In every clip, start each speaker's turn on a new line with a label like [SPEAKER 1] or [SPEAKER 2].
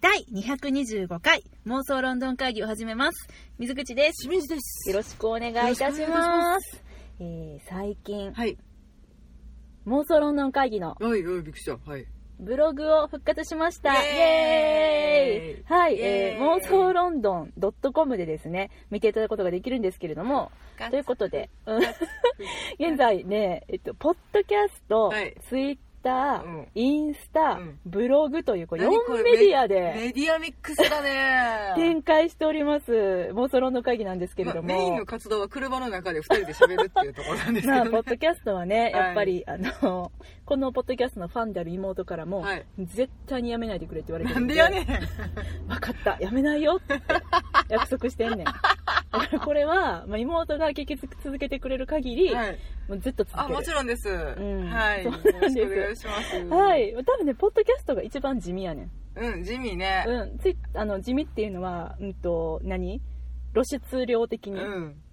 [SPEAKER 1] 第225回妄想ロンドン会議を始めます。水口です。
[SPEAKER 2] 清水です。
[SPEAKER 1] よろしくお願いいたし
[SPEAKER 2] よろしくお願
[SPEAKER 1] ま
[SPEAKER 2] い
[SPEAKER 1] す。えー、最近、
[SPEAKER 2] はい。
[SPEAKER 1] 妄想ロンドン会議の
[SPEAKER 2] はい、はい、びっくりした。はい。
[SPEAKER 1] ブログを復活しました。イ
[SPEAKER 2] イエーイ
[SPEAKER 1] エーイはい、えー、
[SPEAKER 2] イエーイ
[SPEAKER 1] 妄想ロンドン .com でですね、見ていただくことができるんですけれども、ということで、うん 現在ね、えっと、ポッドキャスト、
[SPEAKER 2] はい
[SPEAKER 1] ツイッター、
[SPEAKER 2] うん
[SPEAKER 1] インスタ、
[SPEAKER 2] うん
[SPEAKER 1] ブログという、こう、
[SPEAKER 2] 何これ
[SPEAKER 1] 4メディア
[SPEAKER 2] メ
[SPEAKER 1] で
[SPEAKER 2] メディアミックスだね。
[SPEAKER 1] 展開しております、妄想ロンドン会議なんですけれ
[SPEAKER 2] ま
[SPEAKER 1] ど
[SPEAKER 2] あ
[SPEAKER 1] も。
[SPEAKER 2] メインの活動は車の中で二人で喋るっていうところなんですけ
[SPEAKER 1] まあ、
[SPEAKER 2] ど
[SPEAKER 1] ポッ
[SPEAKER 2] ね。
[SPEAKER 1] ドキャストはね、
[SPEAKER 2] はい
[SPEAKER 1] やっぱり、あの、このポッドキャストのファンである妹からも、
[SPEAKER 2] はい
[SPEAKER 1] 絶対にやめないでくれって言われて
[SPEAKER 2] な
[SPEAKER 1] る
[SPEAKER 2] ん
[SPEAKER 1] で
[SPEAKER 2] でやねん。
[SPEAKER 1] 分かった、やめないよ って約束してんねん。だからこれは、まあ、妹が聞き続けてくれる限り、
[SPEAKER 2] はい。
[SPEAKER 1] もうずっと続
[SPEAKER 2] あ、
[SPEAKER 1] ける
[SPEAKER 2] も。ちろんです。
[SPEAKER 1] ん
[SPEAKER 2] はい。
[SPEAKER 1] そ
[SPEAKER 2] よ
[SPEAKER 1] うなん
[SPEAKER 2] ろしく
[SPEAKER 1] です
[SPEAKER 2] お願いします。
[SPEAKER 1] はい。多分ね、ポッドキャストが一番地味やねん。
[SPEAKER 2] うん、地味ね。
[SPEAKER 1] うん。つい、あの、地味っていうのは、うんと、何露出量的
[SPEAKER 2] う
[SPEAKER 1] に。う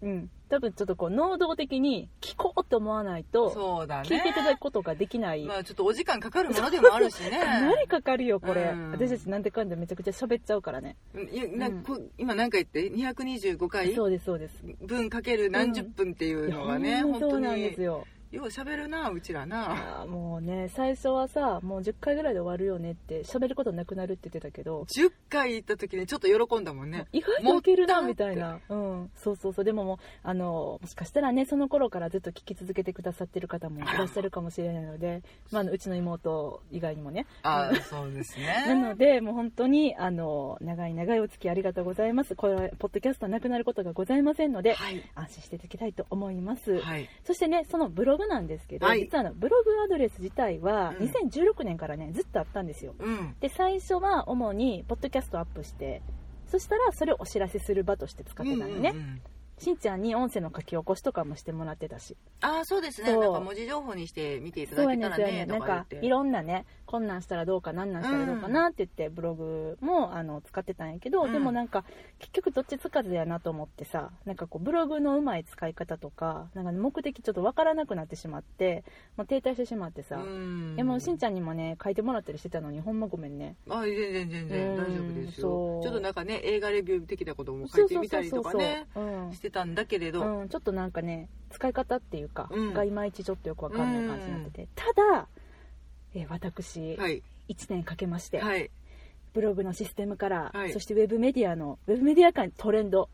[SPEAKER 1] ん。
[SPEAKER 2] ん。
[SPEAKER 1] 多分ちょっとこう、能動的に聞こうと思わないと、
[SPEAKER 2] そうだね。
[SPEAKER 1] 聞いていただくことができない。
[SPEAKER 2] まあちょっとお時間かかるものでもあるし ね。
[SPEAKER 1] かなりかかるよ、これ。
[SPEAKER 2] うん
[SPEAKER 1] 私たちなんでかんでめちゃくちゃ喋っちゃうからね。
[SPEAKER 2] うんいやなんかこう今何回言って225回
[SPEAKER 1] そうです、そうです。
[SPEAKER 2] 分かける何十分っていうのがね、
[SPEAKER 1] ほん
[SPEAKER 2] 本
[SPEAKER 1] まそ
[SPEAKER 2] 当
[SPEAKER 1] う
[SPEAKER 2] に
[SPEAKER 1] なんですよ。
[SPEAKER 2] よう喋るなうちらな
[SPEAKER 1] あーもうね、最初はさ、もう10回ぐらいで終わるよねって、喋ることなくなるって言ってたけど、
[SPEAKER 2] 10回行った時にちょっと喜んだもんね
[SPEAKER 1] 意外といけるな、
[SPEAKER 2] も
[SPEAKER 1] み
[SPEAKER 2] った
[SPEAKER 1] た
[SPEAKER 2] い
[SPEAKER 1] いな。うん。そうそうそう。でももう、あの、もしかしたらね、その頃からずっと聞き続けてくださってる方もいらっしゃるかもしれないので、まああの、うちの妹以外にもね。
[SPEAKER 2] ああそうですね
[SPEAKER 1] なので、もう本当に、あの、長い長いお付き合いありがとうございます。これは、ポッドキャストはなくなることがございませんので、
[SPEAKER 2] はい
[SPEAKER 1] 安心していただきたいと思います、
[SPEAKER 2] はい
[SPEAKER 1] そしてねそのブログなんですけど、
[SPEAKER 2] はい
[SPEAKER 1] 実はあのブログアドレス自体は
[SPEAKER 2] うん
[SPEAKER 1] 2016年からね、ずっとあったんですよ
[SPEAKER 2] うん
[SPEAKER 1] で最初は主にポッドキャストをアップしてそしたらそれをお知らせする場として使ってたのね、
[SPEAKER 2] うんうんうん
[SPEAKER 1] しんちゃんに音声の書き起こしとかもしてもらってたし
[SPEAKER 2] ああそうですね
[SPEAKER 1] そ
[SPEAKER 2] な
[SPEAKER 1] うん
[SPEAKER 2] か文字情報にして見ていた
[SPEAKER 1] そう
[SPEAKER 2] だ
[SPEAKER 1] や
[SPEAKER 2] け
[SPEAKER 1] ね
[SPEAKER 2] た
[SPEAKER 1] ん
[SPEAKER 2] ら
[SPEAKER 1] そうやね
[SPEAKER 2] ね
[SPEAKER 1] ん
[SPEAKER 2] と
[SPEAKER 1] なん
[SPEAKER 2] か
[SPEAKER 1] か
[SPEAKER 2] 言って
[SPEAKER 1] いろんなねこんなんしたらどうかなんなんしたらどうかなって言ってブログもあの使ってたんやけど、
[SPEAKER 2] うん
[SPEAKER 1] でもなんか結局どっちつかずやなと思ってさなんかこうブログのうまい使い方とかなんか、ね、目的ちょっとわからなくなってしまって、まあ、停滞してしまってさ、
[SPEAKER 2] うん
[SPEAKER 1] でもしんちゃんにもね書いてもらったりしてたのにほんまごめんね
[SPEAKER 2] あ全然全然
[SPEAKER 1] うん
[SPEAKER 2] 大丈夫です
[SPEAKER 1] そ
[SPEAKER 2] よ
[SPEAKER 1] う
[SPEAKER 2] ちょっとなんかね映画レビュー的なことも書いてみたりとかね
[SPEAKER 1] そうそうそう
[SPEAKER 2] してたんだけれ
[SPEAKER 1] そう、う
[SPEAKER 2] ど
[SPEAKER 1] んうん、ちょっとなんかね使い方っていうか、
[SPEAKER 2] うん
[SPEAKER 1] がいまいちちょっとよくわかんない感じになってて、ただえー私、
[SPEAKER 2] はい
[SPEAKER 1] 1年かけまして、
[SPEAKER 2] はい
[SPEAKER 1] ブログのシステムから、
[SPEAKER 2] はい
[SPEAKER 1] そしてウェブメディアのウェブメディア界のトレンド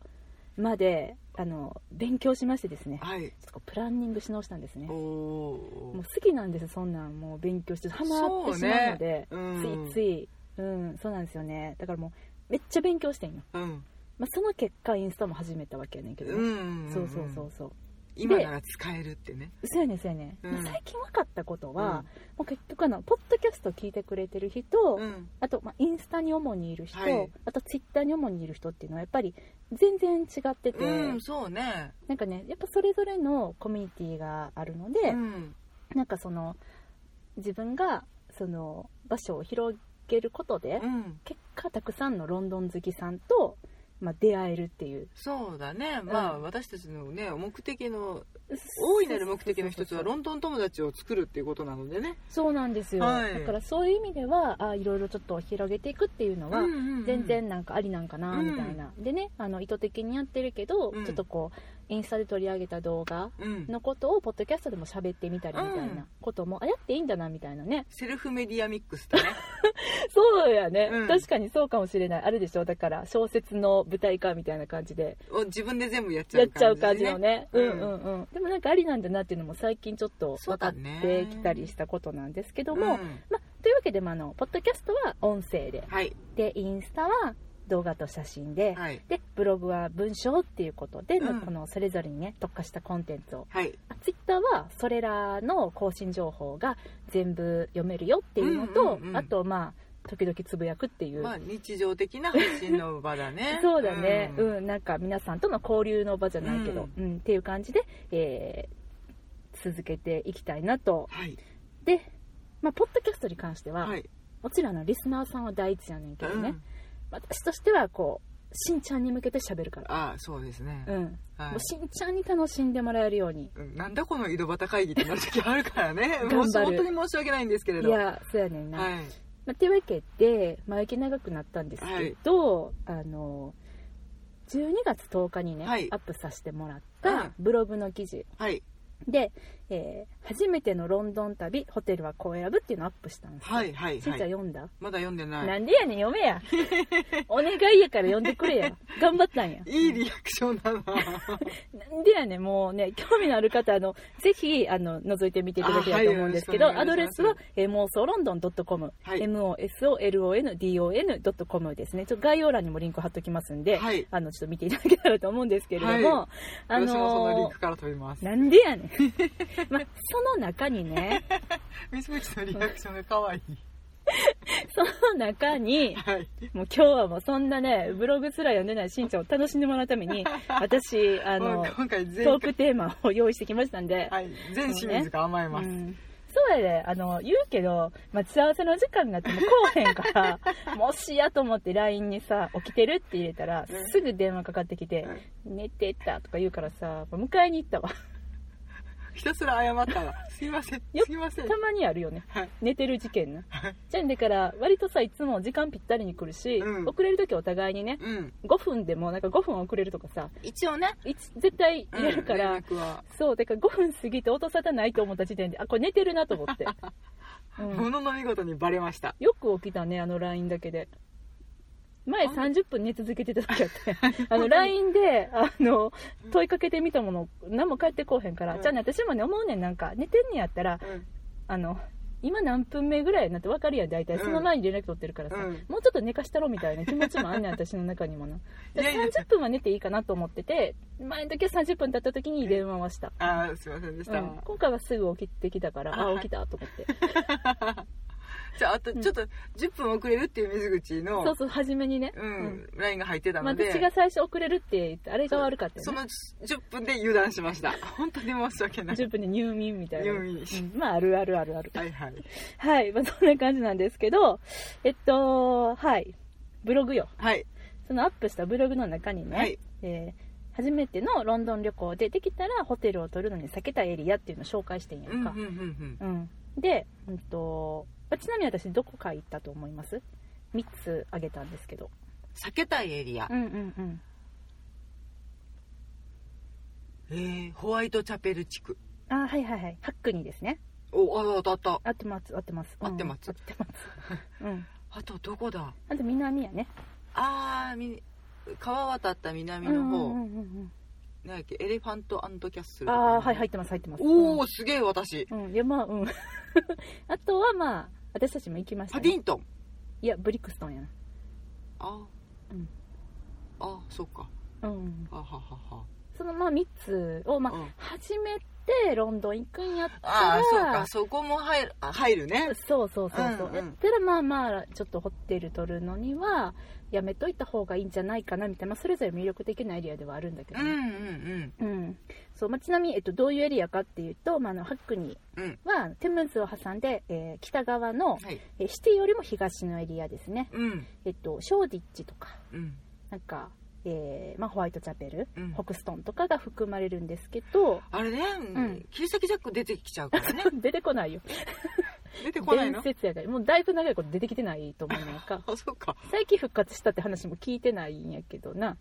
[SPEAKER 1] まであの勉強しましてですねちょ
[SPEAKER 2] はい
[SPEAKER 1] っとこうプランニングし直したんですね
[SPEAKER 2] お
[SPEAKER 1] も
[SPEAKER 2] お
[SPEAKER 1] う好きなんですそんなんもう勉強してハマってしまうので
[SPEAKER 2] そうねう
[SPEAKER 1] つ
[SPEAKER 2] ん
[SPEAKER 1] いつい、うん、そうなんですよねだからもうめっちゃ勉強してんよ、
[SPEAKER 2] うん
[SPEAKER 1] まあ、その結果インスタも始めたわけやねんけど
[SPEAKER 2] う
[SPEAKER 1] ね、
[SPEAKER 2] ん
[SPEAKER 1] そうそうそうそう
[SPEAKER 2] 今なら使えるってね
[SPEAKER 1] そうやねんそうやねん、
[SPEAKER 2] うん
[SPEAKER 1] まあ最近分かったことは、
[SPEAKER 2] うん
[SPEAKER 1] もう結局あのポッドキャスト聞いてくれてる人、
[SPEAKER 2] うん
[SPEAKER 1] あと、まあ、インスタに主にいる人、
[SPEAKER 2] はい
[SPEAKER 1] あとツイッターに主にいる人っていうのはやっぱり全然違ってて、
[SPEAKER 2] うんそうね
[SPEAKER 1] なんかねやっぱそれぞれのコミュニティがあるので、
[SPEAKER 2] うん
[SPEAKER 1] なんかその自分がその場所を広げることで、
[SPEAKER 2] うん
[SPEAKER 1] 結果たくさんのロンドン好きさんと、まあ、出会えるっていう
[SPEAKER 2] そうだねまあ、
[SPEAKER 1] うん
[SPEAKER 2] 私たちのね目的の大いなる目的の一つはロンドン友達を作るっていうことなのでね、
[SPEAKER 1] そうなんですよ、
[SPEAKER 2] はい
[SPEAKER 1] だからそういう意味ではあいろいろちょっと広げていくっていうのは、
[SPEAKER 2] うんうんうん
[SPEAKER 1] 全然なんかありなんかな
[SPEAKER 2] うん
[SPEAKER 1] みたいな、でねあの意図的にやってるけど、
[SPEAKER 2] うん
[SPEAKER 1] ちょっとこうインスタで取り上げた動画
[SPEAKER 2] うん
[SPEAKER 1] のことをポッドキャストでも喋ってみたりみたい
[SPEAKER 2] うん
[SPEAKER 1] なことも、あやっていいんだなみたいなね
[SPEAKER 2] セルフメディアミッ クスだね
[SPEAKER 1] そうやね、
[SPEAKER 2] うん
[SPEAKER 1] 確かにそうかもしれないあるでしょだから小説の舞台化みたいな感じで
[SPEAKER 2] を自分で全部やっちゃ
[SPEAKER 1] やっ
[SPEAKER 2] う
[SPEAKER 1] ちゃう
[SPEAKER 2] 感
[SPEAKER 1] 感
[SPEAKER 2] じ
[SPEAKER 1] じ
[SPEAKER 2] で
[SPEAKER 1] の
[SPEAKER 2] ね
[SPEAKER 1] ねう
[SPEAKER 2] うんん
[SPEAKER 1] うんうん、でもなんかありなんだなっていうのも最近ちょっと分かっ
[SPEAKER 2] そうだ
[SPEAKER 1] て
[SPEAKER 2] ね
[SPEAKER 1] きたりしたことなんですけど
[SPEAKER 2] う
[SPEAKER 1] も、
[SPEAKER 2] ん
[SPEAKER 1] まあ、というわけで、まあ、あのポッドキャストは音声で
[SPEAKER 2] はい
[SPEAKER 1] でインスタは動画と写真で、
[SPEAKER 2] はい
[SPEAKER 1] でブログは文章っていうことでの、
[SPEAKER 2] うん
[SPEAKER 1] このそれぞれにね特化したコンテンツを
[SPEAKER 2] はい
[SPEAKER 1] ツイッターはそれらの更新情報が全部読めるよっていうのと、
[SPEAKER 2] うんうんうん
[SPEAKER 1] あとまあ時々つぶやくっていう、
[SPEAKER 2] まあ日常的な発信の場だね
[SPEAKER 1] そうだね、うん
[SPEAKER 2] ん
[SPEAKER 1] なんか皆さんとの交流の場じゃないけど、うんっていう感じで、えー続けていきたいなと
[SPEAKER 2] はい
[SPEAKER 1] で、まあ、ポッドキャストに関しては、
[SPEAKER 2] はい
[SPEAKER 1] もちろんあのリスナーさんは第一やねんけどね、
[SPEAKER 2] うん
[SPEAKER 1] 私としてはこうしんちゃんに向けて喋るから
[SPEAKER 2] ああそうですね、
[SPEAKER 1] うん、
[SPEAKER 2] は
[SPEAKER 1] も
[SPEAKER 2] いう
[SPEAKER 1] しんちゃんに楽しんでもらえるように
[SPEAKER 2] うんなんだこの井戸端会議ってなる時あるから
[SPEAKER 1] 頑
[SPEAKER 2] ね
[SPEAKER 1] 張る
[SPEAKER 2] もう本当に申し訳ないんですけれ
[SPEAKER 1] い
[SPEAKER 2] ど
[SPEAKER 1] やそうやねんな、
[SPEAKER 2] はい
[SPEAKER 1] まあ、てわけで前置き長くなったんですけど、あの12月10日にね、
[SPEAKER 2] はい
[SPEAKER 1] アップさせてもらっ
[SPEAKER 2] はい
[SPEAKER 1] たブログの記事
[SPEAKER 2] はい
[SPEAKER 1] で、えー初めてのロンドン旅ホテルはこう選ぶ」っていうのをアップしたんですよ、
[SPEAKER 2] はいはい
[SPEAKER 1] しーちゃん
[SPEAKER 2] はい
[SPEAKER 1] 読んだ、
[SPEAKER 2] まだ読んでな
[SPEAKER 1] ないんでやねん読め やお願いやから読んでくれや頑張ったんや
[SPEAKER 2] いいリアクションだな
[SPEAKER 1] なんでやねんもうね興味のある方あのぜひあの覗いてみていただければと思うんですけど、
[SPEAKER 2] あはい
[SPEAKER 1] ア
[SPEAKER 2] よ
[SPEAKER 1] ド
[SPEAKER 2] ろ
[SPEAKER 1] レ
[SPEAKER 2] しく
[SPEAKER 1] ス
[SPEAKER 2] お願
[SPEAKER 1] は
[SPEAKER 2] いしま、
[SPEAKER 1] えー、妄想ロンドン .com、
[SPEAKER 2] はい
[SPEAKER 1] MOSOLONDON.com ですねちょっと概要欄にもリンク貼っときますんで、
[SPEAKER 2] はい
[SPEAKER 1] あのちょっと見ていただけたらと思うんですけれども、
[SPEAKER 2] は
[SPEAKER 1] あ
[SPEAKER 2] 私もそのリン
[SPEAKER 1] の
[SPEAKER 2] クから飛びます
[SPEAKER 1] ーなんでやねん、 まあ、その中にね
[SPEAKER 2] 水口のリアクションが可愛い
[SPEAKER 1] その中に
[SPEAKER 2] はい
[SPEAKER 1] もう今日はもうそんなねブログすら読んでないしんちゃんを楽しんでもらうために私あ
[SPEAKER 2] も
[SPEAKER 1] の
[SPEAKER 2] う今回
[SPEAKER 1] ト
[SPEAKER 2] 全
[SPEAKER 1] ークテーマを用意してきましたんで、
[SPEAKER 2] はい全清水が甘えます、
[SPEAKER 1] うんそうやで、あの、言うけど、待ち合わせの時間になっても来おへん から、もしやと思って LINE にさ、起きてるって入れたら
[SPEAKER 2] うん、
[SPEAKER 1] すぐ電話かかってきて
[SPEAKER 2] う、ん
[SPEAKER 1] 寝てたとか言うからさ、迎えに行ったわ。
[SPEAKER 2] ひたすら謝ったら「すいません
[SPEAKER 1] よ
[SPEAKER 2] すいません
[SPEAKER 1] た」まにあるよね。
[SPEAKER 2] はい
[SPEAKER 1] 寝てる事件な
[SPEAKER 2] はい。
[SPEAKER 1] じゃんだから、割とさ、いつも時間ぴったりに来るし、
[SPEAKER 2] うん
[SPEAKER 1] 遅れる時お互いにね、
[SPEAKER 2] うん
[SPEAKER 1] 5分でもなんか5分遅れるとかさ、
[SPEAKER 2] 一応ね
[SPEAKER 1] いつ絶対入れるから、
[SPEAKER 2] 連絡は
[SPEAKER 1] そう、だから5分過ぎて音沙汰ないと思った時点で、あ、これ寝てるなと思 って。うん
[SPEAKER 2] ものの見事にバレました
[SPEAKER 1] よく起きたねあの LINE だけで前
[SPEAKER 2] あ
[SPEAKER 1] 30分寝続けてた時あって あの LINE であの問いかけてみたもの何も返ってこうへんから、
[SPEAKER 2] うん
[SPEAKER 1] じゃあね私もね思うねんなんか寝てんねやったら
[SPEAKER 2] うん
[SPEAKER 1] あの今何分目ぐらいなんて分かるやん大体
[SPEAKER 2] うん
[SPEAKER 1] その前に連絡取ってるからさ、
[SPEAKER 2] うん
[SPEAKER 1] もうちょっと寝かしたろみたいな気持ちもあんねん私の中にもない
[SPEAKER 2] やいや
[SPEAKER 1] 30分は寝ていいかなと思ってて前の時は30分経った時に電話はした、
[SPEAKER 2] あーすいませんでした、
[SPEAKER 1] うん今回はすぐ起きてきたから
[SPEAKER 2] あ
[SPEAKER 1] あ起きたと思って
[SPEAKER 2] じゃああとちょっと10分遅れるっていう水口の
[SPEAKER 1] そうそう初めにね、
[SPEAKER 2] うん
[SPEAKER 1] うん
[SPEAKER 2] LINE が入ってた
[SPEAKER 1] まあ
[SPEAKER 2] ので、
[SPEAKER 1] 私が最初遅れるって言ってあれが悪かった
[SPEAKER 2] そ
[SPEAKER 1] よね
[SPEAKER 2] の10分で油断しました本当に申し訳ない
[SPEAKER 1] 10分で入眠みたいな、
[SPEAKER 2] 入眠
[SPEAKER 1] うんまああるあるあるある
[SPEAKER 2] はいはい
[SPEAKER 1] はい、まあ、そんな感じなんですけどえっとはいブログよ
[SPEAKER 2] はい
[SPEAKER 1] そのアップしたブログの中にね、
[SPEAKER 2] はい
[SPEAKER 1] えー初めてのロンドン旅行でできたらホテルを取るのに避けたエリアっていうのを紹介してんや
[SPEAKER 2] う
[SPEAKER 1] ん
[SPEAKER 2] んうん
[SPEAKER 1] か
[SPEAKER 2] うんうん
[SPEAKER 1] うん、で、うんとまあちなみに私どこか行ったと思います3つあげたんですけど
[SPEAKER 2] 避けたいエリア、
[SPEAKER 1] うんうんうん
[SPEAKER 2] えーホワイトチャペル地区
[SPEAKER 1] あはいはいはいハックニーですね
[SPEAKER 2] おあ当たっ
[SPEAKER 1] 合ってます合ってます
[SPEAKER 2] 合ってます
[SPEAKER 1] うん、合ってます うん
[SPEAKER 2] たあとどこだ
[SPEAKER 1] あと南やね
[SPEAKER 2] あーみ川渡った南の方、
[SPEAKER 1] うんうんうんうん
[SPEAKER 2] なんだっけエレファントキャッスルとか
[SPEAKER 1] ああはい入ってます入ってます
[SPEAKER 2] お
[SPEAKER 1] お
[SPEAKER 2] おすげえ私
[SPEAKER 1] うんいやまあうん あとはまあ私たちも行きまし
[SPEAKER 2] パ
[SPEAKER 1] た
[SPEAKER 2] デ
[SPEAKER 1] ね
[SPEAKER 2] ィントン
[SPEAKER 1] いやブリクストンや
[SPEAKER 2] あ、
[SPEAKER 1] うん
[SPEAKER 2] あそっか
[SPEAKER 1] なうん
[SPEAKER 2] あははは
[SPEAKER 1] そのまあ3つをまあ、
[SPEAKER 2] うん
[SPEAKER 1] 初めてロンドン行くんやったら
[SPEAKER 2] ああそうかそこも入るあ入るね
[SPEAKER 1] そうそうそうそう、
[SPEAKER 2] うんうん
[SPEAKER 1] やったらまあまあちょっとホテル取るのにはやめといた方がいいんじゃないかなみたいな、まあ、それぞれ魅力的なエリアではあるんだけ
[SPEAKER 2] う
[SPEAKER 1] ど
[SPEAKER 2] んう
[SPEAKER 1] ね、
[SPEAKER 2] ん
[SPEAKER 1] うんそうまあ、ちなみに、えっと、どういうエリアかっていうと、まあ、あのハックニ
[SPEAKER 2] うん
[SPEAKER 1] ーはテムズを挟んで、えー北側の
[SPEAKER 2] うん、はい
[SPEAKER 1] えーシティよりも東のエリアですね、
[SPEAKER 2] うん
[SPEAKER 1] えっと、ショーディッチとか
[SPEAKER 2] うん
[SPEAKER 1] なんか、えーまあ、ホワイトチャペル、
[SPEAKER 2] うん
[SPEAKER 1] ホクストンとかが含まれるんですけど
[SPEAKER 2] あれね、
[SPEAKER 1] ん
[SPEAKER 2] 切り裂きジャック出てきちゃう からね
[SPEAKER 1] 出てこないよ
[SPEAKER 2] 出てこないの
[SPEAKER 1] 伝説やからもうだいぶ長いこと出てきてないと思うのか
[SPEAKER 2] あそうか
[SPEAKER 1] 最近復活したって話も聞いてないんやけどな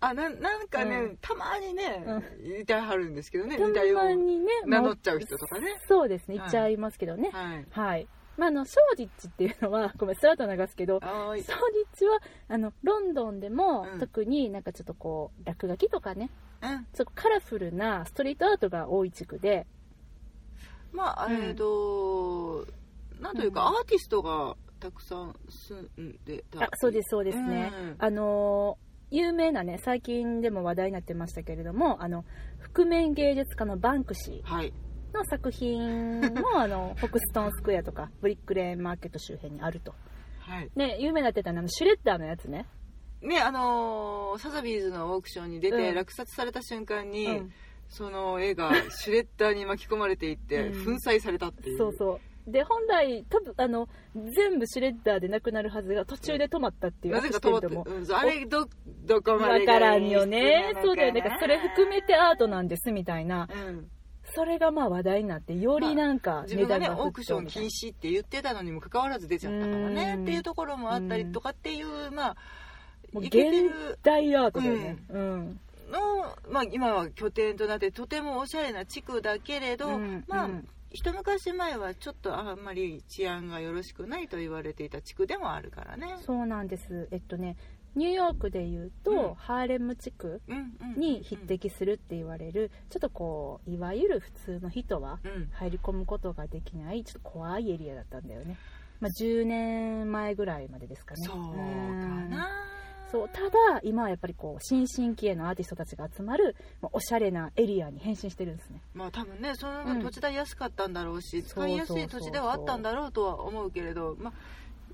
[SPEAKER 2] あななんかね、
[SPEAKER 1] うん
[SPEAKER 2] たまにね、
[SPEAKER 1] う
[SPEAKER 2] 言いたいはるんですけどね
[SPEAKER 1] た
[SPEAKER 2] 似たよ
[SPEAKER 1] ま
[SPEAKER 2] う
[SPEAKER 1] にね
[SPEAKER 2] 名乗
[SPEAKER 1] も
[SPEAKER 2] っ
[SPEAKER 1] う
[SPEAKER 2] ちゃう人とかね
[SPEAKER 1] そうですね
[SPEAKER 2] はい
[SPEAKER 1] 行っちゃいますけどね
[SPEAKER 2] はい
[SPEAKER 1] はい、まあ、あのショーディッチっていうのはごめんスラッと流すけど
[SPEAKER 2] はーい
[SPEAKER 1] そう日はあのロンドンでも、
[SPEAKER 2] うん
[SPEAKER 1] 特になんかちょっとこう落書きとかね
[SPEAKER 2] うん
[SPEAKER 1] ちょっとカラフルなストリートアートが多い地区で
[SPEAKER 2] まあ
[SPEAKER 1] うん
[SPEAKER 2] えっと、なんというか、
[SPEAKER 1] うん
[SPEAKER 2] アーティストがたくさん住んでた
[SPEAKER 1] あそうですすそうですね、
[SPEAKER 2] うん
[SPEAKER 1] あのー有名なね最近でも話題になってましたけれどもあの覆面芸術家のバンクシ
[SPEAKER 2] はい
[SPEAKER 1] ーの作品もあのホクストンスクエアとかブリックレーンマーケット周辺にあると
[SPEAKER 2] はい
[SPEAKER 1] ね有名になってたのはあのシュレッダーのやつね、
[SPEAKER 2] ねあのーサザビーズのオークションに出て、
[SPEAKER 1] うん
[SPEAKER 2] 落札された瞬間に、
[SPEAKER 1] うん
[SPEAKER 2] その絵がシュレッダーに巻き込まれていって、
[SPEAKER 1] うん
[SPEAKER 2] 粉砕されたっていう
[SPEAKER 1] そうそうで本来多分あの全部シュレッダーでなくなるはずが途中で止まったっていう
[SPEAKER 2] なぜか止まって
[SPEAKER 1] 私も
[SPEAKER 2] うんそうあれどどこま
[SPEAKER 1] わ
[SPEAKER 2] で
[SPEAKER 1] か
[SPEAKER 2] が
[SPEAKER 1] らんよね
[SPEAKER 2] 演出なのかな
[SPEAKER 1] そうだよねだからそれ含めてアートなんですみたいな
[SPEAKER 2] うん
[SPEAKER 1] それがまあ話題になってよりなんか
[SPEAKER 2] 自
[SPEAKER 1] 値
[SPEAKER 2] 分が
[SPEAKER 1] 段
[SPEAKER 2] ね
[SPEAKER 1] が
[SPEAKER 2] オークション禁
[SPEAKER 1] 止
[SPEAKER 2] 止って言ってたのにもかかわらず出ちゃったからね
[SPEAKER 1] うん
[SPEAKER 2] っていうところもあったりとかっていうまあ
[SPEAKER 1] もう
[SPEAKER 2] いけてる
[SPEAKER 1] 大アートだよねうん
[SPEAKER 2] の、まあ、今は拠点となってとてもおしゃれな地区だけれど、
[SPEAKER 1] うん
[SPEAKER 2] まあ
[SPEAKER 1] うん
[SPEAKER 2] 一昔前はちょっとあんまり治安がよろしくないと言われていた地区でもあるからね。
[SPEAKER 1] そうなんですえっとねニューヨークでいうと、
[SPEAKER 2] うん
[SPEAKER 1] ハーレム地区
[SPEAKER 2] うんうん
[SPEAKER 1] に匹敵するって言われる、ちょっとこういわゆる普通の人は
[SPEAKER 2] うん
[SPEAKER 1] 入り込むことができないちょっと怖いエリアだったんだよね、まあ、10年前ぐらいまでですかね
[SPEAKER 2] そうか
[SPEAKER 1] うん
[SPEAKER 2] な
[SPEAKER 1] そうただ今はやっぱりこう新進気鋭のアーティストたちが集まる、まあ、おしゃれなエリアに変身してるんですね
[SPEAKER 2] まあ多分ねその
[SPEAKER 1] うん
[SPEAKER 2] 分土地代安かったんだろうし、
[SPEAKER 1] そうそうそう
[SPEAKER 2] 使いやすい土地ではあったんだろうとは思うけれどま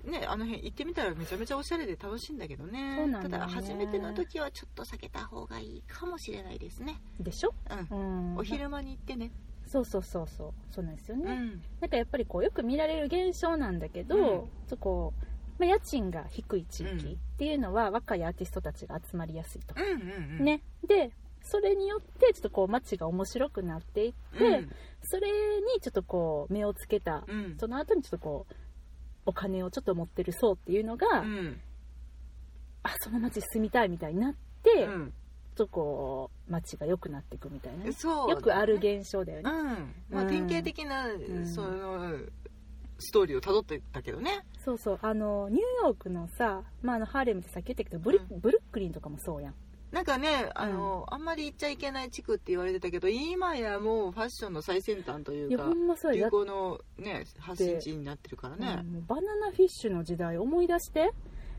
[SPEAKER 2] あねあの辺行ってみたらめちゃめちゃおしゃれで楽しいんだけどね
[SPEAKER 1] そうなんだよね
[SPEAKER 2] ただ初めての時はちょっと避けた方がいいかもしれないですね
[SPEAKER 1] でしょ、
[SPEAKER 2] うん
[SPEAKER 1] うん、
[SPEAKER 2] お昼間に行ってね
[SPEAKER 1] そうそうそうそうそうなんですよね、
[SPEAKER 2] うん
[SPEAKER 1] なんかやっぱりこうよく見られる現象なんだけど、
[SPEAKER 2] うん
[SPEAKER 1] ちょっとこうまあ、家賃が低い地域
[SPEAKER 2] うん
[SPEAKER 1] っていうのは若いアーティストたちが集まりやすいと、
[SPEAKER 2] うんうんうん
[SPEAKER 1] ね、でそれによってちょっとこう街が面白くなっていって、
[SPEAKER 2] うん
[SPEAKER 1] それにちょっとこう目をつけた、
[SPEAKER 2] うん
[SPEAKER 1] その後にちょっとこうお金をちょっと持ってる層っていうのが、
[SPEAKER 2] うん
[SPEAKER 1] あその街住みたいみたいになって、
[SPEAKER 2] う
[SPEAKER 1] ちょっ
[SPEAKER 2] ん
[SPEAKER 1] とこう街が良くなっていくみたいなね、
[SPEAKER 2] そう
[SPEAKER 1] よくある現象だよ
[SPEAKER 2] う
[SPEAKER 1] ね、
[SPEAKER 2] んまあ
[SPEAKER 1] うん
[SPEAKER 2] 典型的な、
[SPEAKER 1] ん
[SPEAKER 2] そのストーリーをたどってったけどね
[SPEAKER 1] そうそうあのニューヨークのさ、まあ、あのハーレムってさっき言ったけどブリ、
[SPEAKER 2] う
[SPEAKER 1] ブルックリンとかもそうやん
[SPEAKER 2] なんかねあの、あんまり行っちゃいけない地区って言われてたけど今やもうファッションの最先端とい
[SPEAKER 1] いうや
[SPEAKER 2] か
[SPEAKER 1] ほんまそうや
[SPEAKER 2] 流
[SPEAKER 1] だ
[SPEAKER 2] 行のね発信地になってるから
[SPEAKER 1] う
[SPEAKER 2] ね
[SPEAKER 1] ん、もうバナナフィッシュの時代思い出して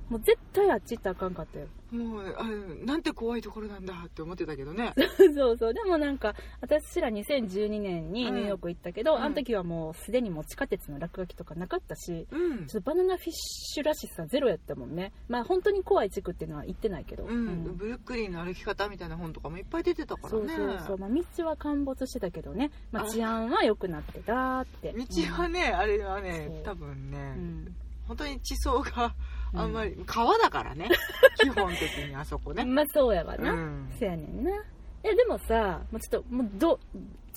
[SPEAKER 1] もう絶対あっち行ったらあかんかったよ
[SPEAKER 2] もうあれなんて怖いところなんだって思ってたけどね
[SPEAKER 1] そうそうでもなんか私ら2012年に
[SPEAKER 2] うん
[SPEAKER 1] ニューヨーク行ったけど、
[SPEAKER 2] うん
[SPEAKER 1] あの時はもうすでにもう地下鉄の落書きとかなかったし
[SPEAKER 2] うん
[SPEAKER 1] ちょっとバナナフィッシュらしさゼロやったもんねまあ本当に怖い地区っていうのは行ってないけど、
[SPEAKER 2] うん、ブルックリンの歩き方みたいな本とかもいっぱい出てたから
[SPEAKER 1] そう
[SPEAKER 2] ね
[SPEAKER 1] そうそう、まあ、道は陥没してたけどね、まあ、
[SPEAKER 2] あ
[SPEAKER 1] 治安は良くなってたって
[SPEAKER 2] 道はね、あれはね
[SPEAKER 1] そう
[SPEAKER 2] 多分ね、
[SPEAKER 1] うん
[SPEAKER 2] 本当に地層が
[SPEAKER 1] うん
[SPEAKER 2] あんまり、川だか らね基本的にあそこね、
[SPEAKER 1] まあそうやわな、
[SPEAKER 2] うん
[SPEAKER 1] そやねんなえでもさもうちょっともうど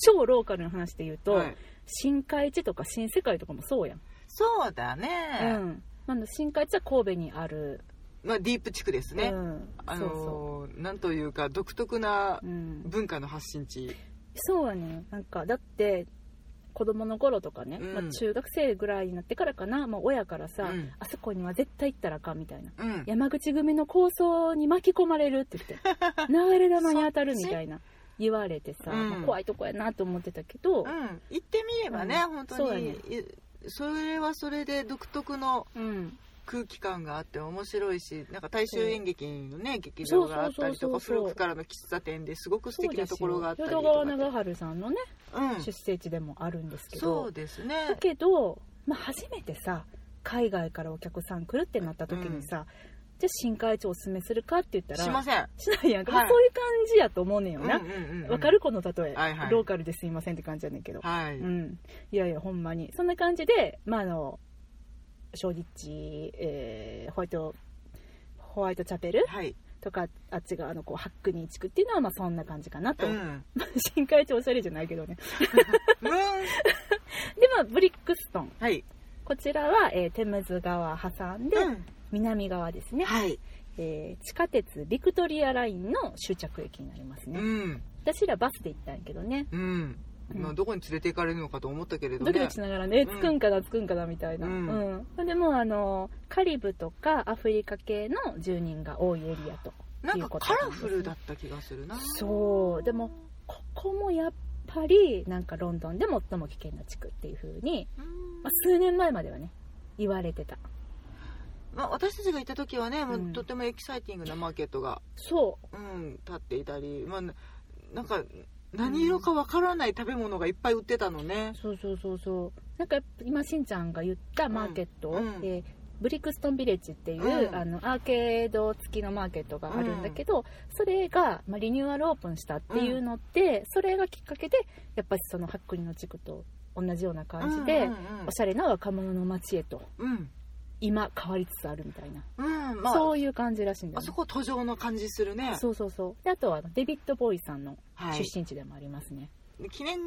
[SPEAKER 1] 超ローカルの話で言うと、
[SPEAKER 2] はい
[SPEAKER 1] 新海地とか新世界とかもそうやん、
[SPEAKER 2] そうだね、
[SPEAKER 1] うんまあ、新海地は神戸にある
[SPEAKER 2] まあ、ディープ地区ですね、
[SPEAKER 1] うん、
[SPEAKER 2] あ
[SPEAKER 1] そうそ
[SPEAKER 2] のーなんというか独特な
[SPEAKER 1] う、うん、
[SPEAKER 2] 文化の発信地
[SPEAKER 1] そうやねんなんかだって子供の頃とかね、
[SPEAKER 2] うん
[SPEAKER 1] まあ、中学生ぐらいになってからかな、まあ、親からさ、
[SPEAKER 2] うん
[SPEAKER 1] あそこには絶対行ったらあかんみたいな
[SPEAKER 2] うん
[SPEAKER 1] 山口組の構想に巻き込まれるって言 って流れ玉に当たるみたいな言われてさ、
[SPEAKER 2] うん
[SPEAKER 1] まあ怖いとこやなと思ってたけど
[SPEAKER 2] う、ん行ってみればね、
[SPEAKER 1] うん
[SPEAKER 2] 本当
[SPEAKER 1] そうだ
[SPEAKER 2] に
[SPEAKER 1] ね
[SPEAKER 2] いそれはそれで独特の
[SPEAKER 1] うん、
[SPEAKER 2] 空気感があって面白いしなんか大衆演劇のね劇場があったりと
[SPEAKER 1] そ
[SPEAKER 2] か
[SPEAKER 1] うそうそうそう
[SPEAKER 2] 古くからの喫茶店ですごく素敵なところがあったりと
[SPEAKER 1] 淀
[SPEAKER 2] か
[SPEAKER 1] 川長春さんのね、
[SPEAKER 2] うん
[SPEAKER 1] 出生地でもあるんですけど
[SPEAKER 2] そうですね
[SPEAKER 1] だけど、まあ、初めてさ海外からお客さん来るってなった時にさ、じゃあ新海地おすすめするかって言ったら
[SPEAKER 2] しません
[SPEAKER 1] しないやんか、
[SPEAKER 2] はい
[SPEAKER 1] まあそういう感じやと思うねんよなわ、
[SPEAKER 2] うんうんうんうん
[SPEAKER 1] かるこの例え、
[SPEAKER 2] はいはい
[SPEAKER 1] ローカルですいませんって感じやねんけど、
[SPEAKER 2] はい、
[SPEAKER 1] うん、いやいやほんまにそんな感じでまああのショーディッチ、えーホワイトホワイトチャペル
[SPEAKER 2] はい
[SPEAKER 1] とかあっち側のこうハックニー地区っていうのはまあそんな感じかなと、
[SPEAKER 2] うん
[SPEAKER 1] 新海地おしゃれじゃないけどね
[SPEAKER 2] うん
[SPEAKER 1] でまあブリックストン
[SPEAKER 2] はい、
[SPEAKER 1] こちらは、えーテムズ川挟んで、
[SPEAKER 2] うん
[SPEAKER 1] 南側ですね、
[SPEAKER 2] はい
[SPEAKER 1] えー地下鉄ビクトリアラインの終着駅になります
[SPEAKER 2] う
[SPEAKER 1] ね、
[SPEAKER 2] ん
[SPEAKER 1] 私らバスで行ったんやけどね
[SPEAKER 2] うん、
[SPEAKER 1] うん
[SPEAKER 2] まあ、どこに連れて行かれるのかと思ったけれど
[SPEAKER 1] ド
[SPEAKER 2] ね
[SPEAKER 1] キドキしながらね、
[SPEAKER 2] うん
[SPEAKER 1] つくんかな、つくんかなみたいな。う
[SPEAKER 2] うんん。
[SPEAKER 1] うん、でもうあの、カリブとかアフリカ系の住人が多いエリアと。
[SPEAKER 2] なん
[SPEAKER 1] いうこ
[SPEAKER 2] か
[SPEAKER 1] となん
[SPEAKER 2] カラ
[SPEAKER 1] ですね
[SPEAKER 2] フルだった気がするな
[SPEAKER 1] そう。でも、ここもやっぱり、なんかロンドンで最も危険な地区っていう風に、
[SPEAKER 2] うん
[SPEAKER 1] まあ、数年前まではね、言われてた。
[SPEAKER 2] まあ、私たちが行った時はね、もう
[SPEAKER 1] うん
[SPEAKER 2] とてもエキサイティングなマーケットが、
[SPEAKER 1] そう。
[SPEAKER 2] うん、立っていたり、まあ、ななんか何色かわからない食べ物がいっぱい売ってたのね、
[SPEAKER 1] そうそうそうそう。なんかやっぱ今、しんちゃんが言ったマーケット、
[SPEAKER 2] うんうん
[SPEAKER 1] えーブリクストンビレッジっていう、
[SPEAKER 2] うん
[SPEAKER 1] あのアーケード付きのマーケットがあるんだけど、それが、まあ、リニューアルオープンしたっていうのって、それがきっかけでやっぱりそのハックリの地区と同じような感じで、
[SPEAKER 2] うん
[SPEAKER 1] おしゃれな若者の街へと
[SPEAKER 2] うん
[SPEAKER 1] 今変わりつつあるみたいな、
[SPEAKER 2] うん、うんまあ
[SPEAKER 1] そういう感じらしいんだよ
[SPEAKER 2] あ
[SPEAKER 1] ね
[SPEAKER 2] そこ途上の感じするね
[SPEAKER 1] そうそうそうであとはあのデビッド・ボーイさんの
[SPEAKER 2] は
[SPEAKER 1] 出
[SPEAKER 2] い
[SPEAKER 1] 身地でもありますね、
[SPEAKER 2] 記念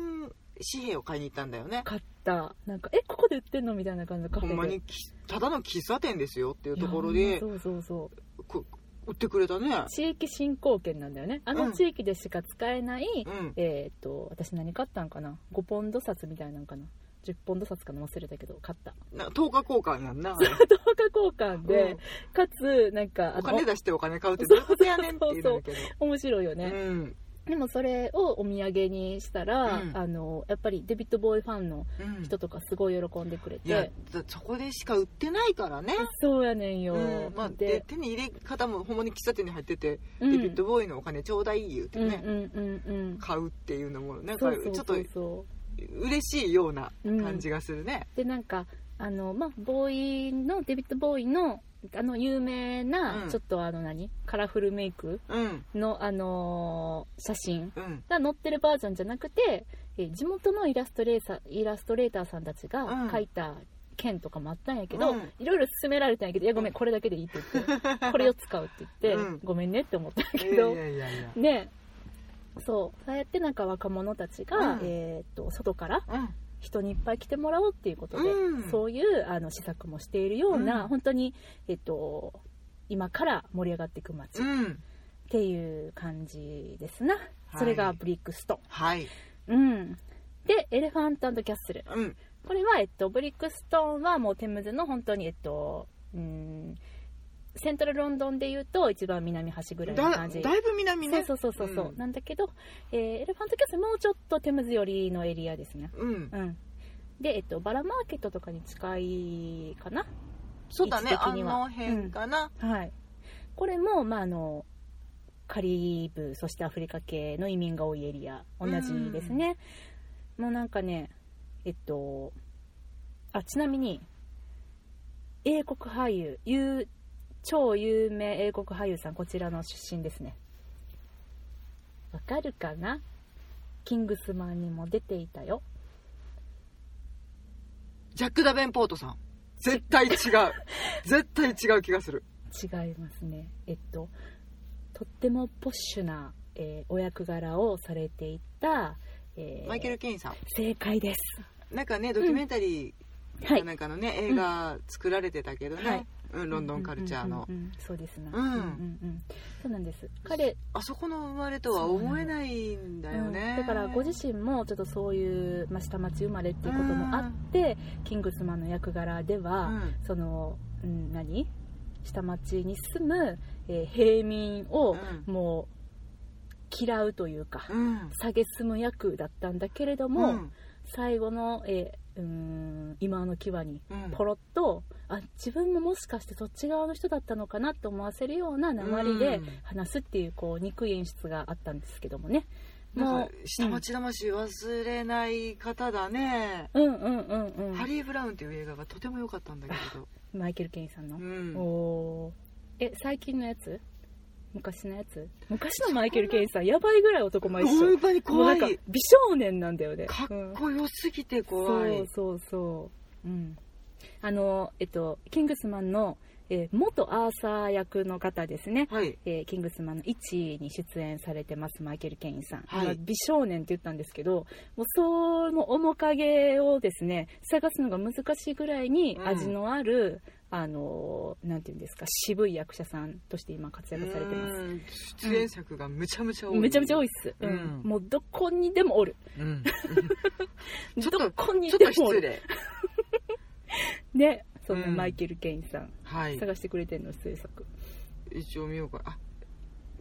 [SPEAKER 2] 紙幣を買いに行ったんだよね
[SPEAKER 1] 買ったなんかえここで売ってんのみたいな感じのカフ
[SPEAKER 2] ほ
[SPEAKER 1] ェ
[SPEAKER 2] ん
[SPEAKER 1] で
[SPEAKER 2] まにきただの喫茶店ですよっていうところで
[SPEAKER 1] いやそうそうそう
[SPEAKER 2] こ売ってくれたね
[SPEAKER 1] 地域振興券なんだよねあ
[SPEAKER 2] う
[SPEAKER 1] の
[SPEAKER 2] ん
[SPEAKER 1] 地域でしか使えない、
[SPEAKER 2] うん
[SPEAKER 1] えーっと私何買ったんかな5ポンド札みたいなのかな10ポンド札かな忘れたけど買った
[SPEAKER 2] な10日交換やんな
[SPEAKER 1] 等価交換で、かつなんか
[SPEAKER 2] お
[SPEAKER 1] あ
[SPEAKER 2] 金
[SPEAKER 1] の
[SPEAKER 2] 出してお金買うってどういうことやねんって
[SPEAKER 1] そう
[SPEAKER 2] 言
[SPEAKER 1] そううんそう
[SPEAKER 2] だけど
[SPEAKER 1] 面白いよね、
[SPEAKER 2] うん
[SPEAKER 1] でもそれをお土産にしたら、
[SPEAKER 2] うん
[SPEAKER 1] あのやっぱりデビッド・ボーイファンの
[SPEAKER 2] うん
[SPEAKER 1] 人とかすごい喜んでくれ
[SPEAKER 2] いや
[SPEAKER 1] て、
[SPEAKER 2] だそこでしか売ってないからね
[SPEAKER 1] そうやねんよ、
[SPEAKER 2] うんまあ、で手に入れ方もほんまに喫茶店に入ってて、デビッド・ボーイのお金ちょうだい言うて
[SPEAKER 1] うん
[SPEAKER 2] ね、
[SPEAKER 1] うんうんうん
[SPEAKER 2] 買うっていうのもなん
[SPEAKER 1] そ
[SPEAKER 2] か
[SPEAKER 1] う
[SPEAKER 2] ち
[SPEAKER 1] そう
[SPEAKER 2] ょっと
[SPEAKER 1] そうそう
[SPEAKER 2] 嬉しいような感じがするね、
[SPEAKER 1] でなんかあのまあボーイのデビッド・ボーイのあの有名な、
[SPEAKER 2] うん
[SPEAKER 1] ちょっとあの何カラフルメイク
[SPEAKER 2] うん
[SPEAKER 1] のあのー写真
[SPEAKER 2] うん
[SPEAKER 1] が載ってるバージョンじゃなくて、えー地元のイラストレーサーイラストレーターさんたちが
[SPEAKER 2] うん
[SPEAKER 1] 描いた件とかもあったんやけど、
[SPEAKER 2] うん
[SPEAKER 1] いろいろ勧められたんやけど「いやごめんこれだけでいい」って言って これを使うって言って、
[SPEAKER 2] うん
[SPEAKER 1] ごめんねって思ったんやけ
[SPEAKER 2] いや
[SPEAKER 1] ど
[SPEAKER 2] いやいやいや
[SPEAKER 1] ねそうそうやってなんか若者たちが、
[SPEAKER 2] うん
[SPEAKER 1] えーっと外から
[SPEAKER 2] うん
[SPEAKER 1] 人にいっぱい来てもらおうっていうことで、
[SPEAKER 2] うん
[SPEAKER 1] そういうあの施策もしているような、
[SPEAKER 2] うん
[SPEAKER 1] 本当に、えっと、今から盛り上がっていく街っ
[SPEAKER 2] うん
[SPEAKER 1] ていう感じですな、
[SPEAKER 2] い
[SPEAKER 1] それがブリックスト、
[SPEAKER 2] はい
[SPEAKER 1] うん、でエレファントキャッスル
[SPEAKER 2] うん
[SPEAKER 1] これは、えっと、ブリックストーンはもうテムズの本当に、えっとうん、セントラルロンドンでいうと一番南端ぐらいの
[SPEAKER 2] だ
[SPEAKER 1] 感じ
[SPEAKER 2] だいぶ南ね
[SPEAKER 1] そうそうそうそうそう、
[SPEAKER 2] ん
[SPEAKER 1] なんだけど、えーエレファントキャッスルもうちょっとテムズ寄りのエリアですね
[SPEAKER 2] うん、
[SPEAKER 1] うん、で、えっと、バラマーケットとかに近いかな、
[SPEAKER 2] そうだ
[SPEAKER 1] 位
[SPEAKER 2] ね
[SPEAKER 1] 置
[SPEAKER 2] あ
[SPEAKER 1] 的には
[SPEAKER 2] の辺かな、
[SPEAKER 1] はい、これも、まあ、あのカリブそしてアフリカ系の移民が多いエリア同じですね、もうなんかねえっとあちなみに英国俳優有超有名英国俳優さんこちらの出身ですねわかるかなキングスマンにも出ていたよ
[SPEAKER 2] ジャック・ダベンポートさん絶対違う絶対違う気がする
[SPEAKER 1] 違いますねえっととってもポッシュな、えーお役柄をされていた、えー
[SPEAKER 2] マイケル・ケインさん
[SPEAKER 1] 正解です
[SPEAKER 2] なんかねドキュメンタリー、
[SPEAKER 1] はい
[SPEAKER 2] なんかのね映画作られてたけどね、
[SPEAKER 1] はい
[SPEAKER 2] うん、ロンドンカルチャーの、
[SPEAKER 1] うんうんうんうんそうですね、
[SPEAKER 2] うん
[SPEAKER 1] うんうんそうなんです彼、
[SPEAKER 2] あそこの生まれとは思えないんだよね、
[SPEAKER 1] うんだからご自身もちょっとそういう、まあ、下町生まれっていうこともあって、キングスマンの役柄では、
[SPEAKER 2] うん
[SPEAKER 1] その、うん、何下町に住む、えー平民を
[SPEAKER 2] う
[SPEAKER 1] もう嫌うというか、
[SPEAKER 2] うん
[SPEAKER 1] 下げすむ役だったんだけれども、最後の、えー、うーん今の際に
[SPEAKER 2] うん
[SPEAKER 1] ポロッと、あ自分ももしかしてそっち側の人だったのかなと思わせるような鉛で
[SPEAKER 2] うん
[SPEAKER 1] 話すっていうこう憎い演出があったんですけどもね
[SPEAKER 2] なん
[SPEAKER 1] も
[SPEAKER 2] か下町魂忘れない方だね、
[SPEAKER 1] う、うん、うんうんうん
[SPEAKER 2] ハリー・ブラウンっていう映画がとても良かったんだけれど、
[SPEAKER 1] マイケル・ケインさんの
[SPEAKER 2] う、ん
[SPEAKER 1] おーえ最近のやつ昔のやつ昔のマイケル・ケインさんやばいぐらい男前っしょ
[SPEAKER 2] 本当に
[SPEAKER 1] もうな
[SPEAKER 2] 怖
[SPEAKER 1] ん
[SPEAKER 2] い
[SPEAKER 1] か美少年なんだよね
[SPEAKER 2] かっ
[SPEAKER 1] うん
[SPEAKER 2] こよすぎて怖い、
[SPEAKER 1] そうそうそううんあのえっとキングスマンの、えー元アーサー役の方ですね、
[SPEAKER 2] はい
[SPEAKER 1] えーキングスマンの1位に出演されてますマイケル・ケインさん、
[SPEAKER 2] はい
[SPEAKER 1] 今美少年って言ったんですけどもうその面影をですね探すのが難しいぐらいに
[SPEAKER 2] うん
[SPEAKER 1] 味のある、あのーなんていうんですか渋い役者さんとして今活躍されてます
[SPEAKER 2] うん出演作がむちゃむちゃ多い、
[SPEAKER 1] めちゃめちゃ多いっ
[SPEAKER 2] い、
[SPEAKER 1] す、うん
[SPEAKER 2] うん
[SPEAKER 1] もうどこにでもおる
[SPEAKER 2] うん、ちょっと
[SPEAKER 1] どこに
[SPEAKER 2] ちょっ
[SPEAKER 1] で
[SPEAKER 2] と
[SPEAKER 1] もお
[SPEAKER 2] 失
[SPEAKER 1] る
[SPEAKER 2] 礼
[SPEAKER 1] ねそんな
[SPEAKER 2] うん
[SPEAKER 1] マイケル・ケインさん、
[SPEAKER 2] はい
[SPEAKER 1] 探してくれてるの制作
[SPEAKER 2] 一応見ようかあ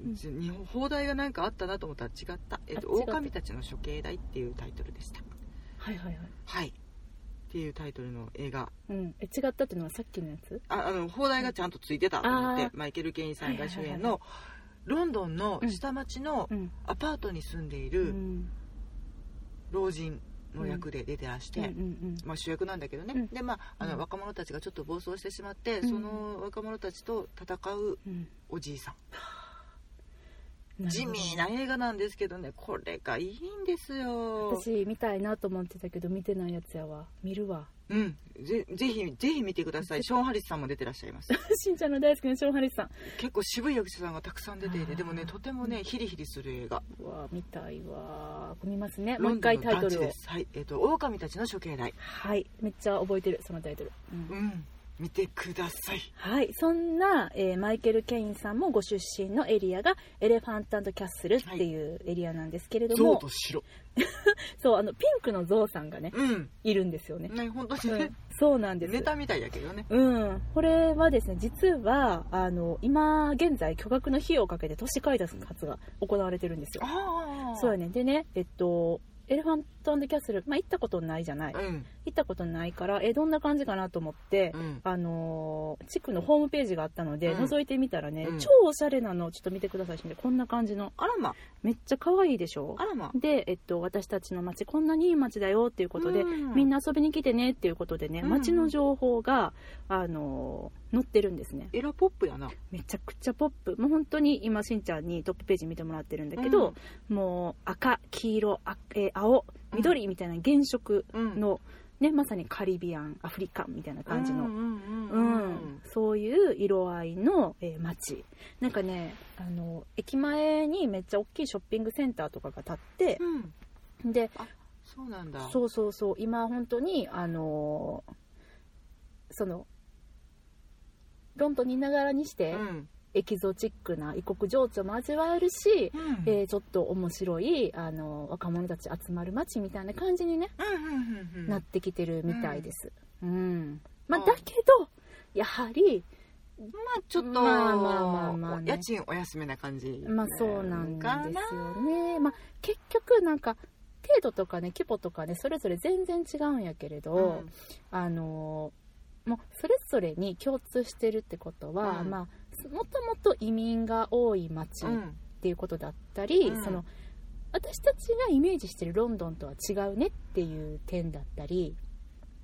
[SPEAKER 1] うん
[SPEAKER 2] じゃ日本放題が何かあったなと思ったら違った「えっと
[SPEAKER 1] あ違った
[SPEAKER 2] 狼たちの処刑台」っていうタイトルでした
[SPEAKER 1] はいはいはい、
[SPEAKER 2] はいっていうタイトルの映画
[SPEAKER 1] うん、え違ったっていうのはさっきのやつ
[SPEAKER 2] ああの放題がちゃんとついてたと思っ
[SPEAKER 1] あ
[SPEAKER 2] て
[SPEAKER 1] ー
[SPEAKER 2] マイケル・ケインさんが主演
[SPEAKER 1] は
[SPEAKER 2] のロンドンの下町の
[SPEAKER 1] うん、
[SPEAKER 2] アパートに住んでいうる
[SPEAKER 1] ん、
[SPEAKER 2] 老人の役で出てらし
[SPEAKER 1] うんうんう
[SPEAKER 2] て、
[SPEAKER 1] ん
[SPEAKER 2] まあ、主役なんだけどね、
[SPEAKER 1] うん
[SPEAKER 2] でまああ
[SPEAKER 1] うん
[SPEAKER 2] の若者たちがちょっと暴走してしまって、
[SPEAKER 1] うん
[SPEAKER 2] その若者たちと戦う
[SPEAKER 1] うん
[SPEAKER 2] おじいさん
[SPEAKER 1] なるほど
[SPEAKER 2] 地味な映画なんですけどねこれがいいんですよ、
[SPEAKER 1] 私見たいなと思ってたけど見てないやつやわ見るわ
[SPEAKER 2] うん、ぜぜひぜひ見てくださいショーン・ハリスさんも出てらっしゃいます
[SPEAKER 1] しんちゃんの大好きなショーン・ハリスさん
[SPEAKER 2] 結構渋い役者さんがたくさん出てい
[SPEAKER 1] あー
[SPEAKER 2] てでもねとてもねヒリヒリする映画
[SPEAKER 1] うわ見たいわ見ますねも
[SPEAKER 2] ロ
[SPEAKER 1] う一
[SPEAKER 2] ンドン
[SPEAKER 1] 回
[SPEAKER 2] の
[SPEAKER 1] タイト
[SPEAKER 2] ダッチ
[SPEAKER 1] ルを
[SPEAKER 2] ですはいえっ、と狼たちの処刑台
[SPEAKER 1] はいめっちゃ覚えてるそのタイトル、うん
[SPEAKER 2] うん見てください
[SPEAKER 1] はいそんな、えーマイケル・ケインさんもご出身のエリアがエレファントキャッスルっていうエリアなんですけれども、
[SPEAKER 2] 象と白
[SPEAKER 1] そうあのピンクのゾウさんがね
[SPEAKER 2] うん
[SPEAKER 1] いるんですよね、
[SPEAKER 2] ね本当
[SPEAKER 1] う
[SPEAKER 2] にね
[SPEAKER 1] ん、 そうなんです
[SPEAKER 2] ネタみたいだけどね
[SPEAKER 1] うん、これはですね実はあの今現在巨額の費用をかけて都市開発が行われてるんですよ
[SPEAKER 2] ああ
[SPEAKER 1] そうやねでねえっとエレファントキャッスル、まあ、行ったことないじゃない
[SPEAKER 2] うん
[SPEAKER 1] 行ったことないからえどんな感じかなと思って、
[SPEAKER 2] うん
[SPEAKER 1] あのー地区のホームページがあったので、
[SPEAKER 2] うん
[SPEAKER 1] 覗いてみたらね、
[SPEAKER 2] うん
[SPEAKER 1] 超おしゃれなのちょっと見てくださいしねこんな感じの
[SPEAKER 2] あらま
[SPEAKER 1] めっちゃ可愛いでしょ
[SPEAKER 2] あらま
[SPEAKER 1] で、えっと、私たちの街こんなにいい街だよっていうことで、
[SPEAKER 2] うん
[SPEAKER 1] みんな遊びに来てねっていうことでね、
[SPEAKER 2] うん
[SPEAKER 1] 街の情報が、あのー載ってるんですね
[SPEAKER 2] エラポップやな
[SPEAKER 1] めちゃくちゃポップもう本当に今しんちゃんにトップページ見てもらってるんだけど、もう赤黄色あ、えー青緑みたいな原色
[SPEAKER 2] うん
[SPEAKER 1] の、ね、まさにカリビアンアフリカンみたいな感じの、
[SPEAKER 2] うんうん
[SPEAKER 1] う
[SPEAKER 2] うんんうん
[SPEAKER 1] そういう色合いの、えー街なんかねあの駅前にめっちゃ大きいショッピングセンターとかが建って
[SPEAKER 2] う、ん
[SPEAKER 1] で
[SPEAKER 2] そうなんだ
[SPEAKER 1] そうそうそう今本当にあのーそのロンドンにいながらにして、
[SPEAKER 2] うん
[SPEAKER 1] エキゾチックな異国情緒も味わえるし、
[SPEAKER 2] うん
[SPEAKER 1] えーちょっと面白いあの若者たち集まる街みたいな感じにね、
[SPEAKER 2] うんうんうんうん
[SPEAKER 1] なってきてるみたいです。うん、まあ、
[SPEAKER 2] うん
[SPEAKER 1] だけどやはり
[SPEAKER 2] まあちょっと、
[SPEAKER 1] まあまあまあまあね
[SPEAKER 2] 家賃お安めな感じ
[SPEAKER 1] まあそうなんです
[SPEAKER 2] かな
[SPEAKER 1] よね。まあ、結局なんか程度とかね規模とかねそれぞれ全然違うんやけれど、
[SPEAKER 2] うん
[SPEAKER 1] あのーもうそれぞれに共通してるってことは、
[SPEAKER 2] うん
[SPEAKER 1] まあもともと移民が多い街
[SPEAKER 2] うん
[SPEAKER 1] っていうことだったり、
[SPEAKER 2] うん
[SPEAKER 1] その私たちがイメージしてるロンドンとは違うねっていう点だったり、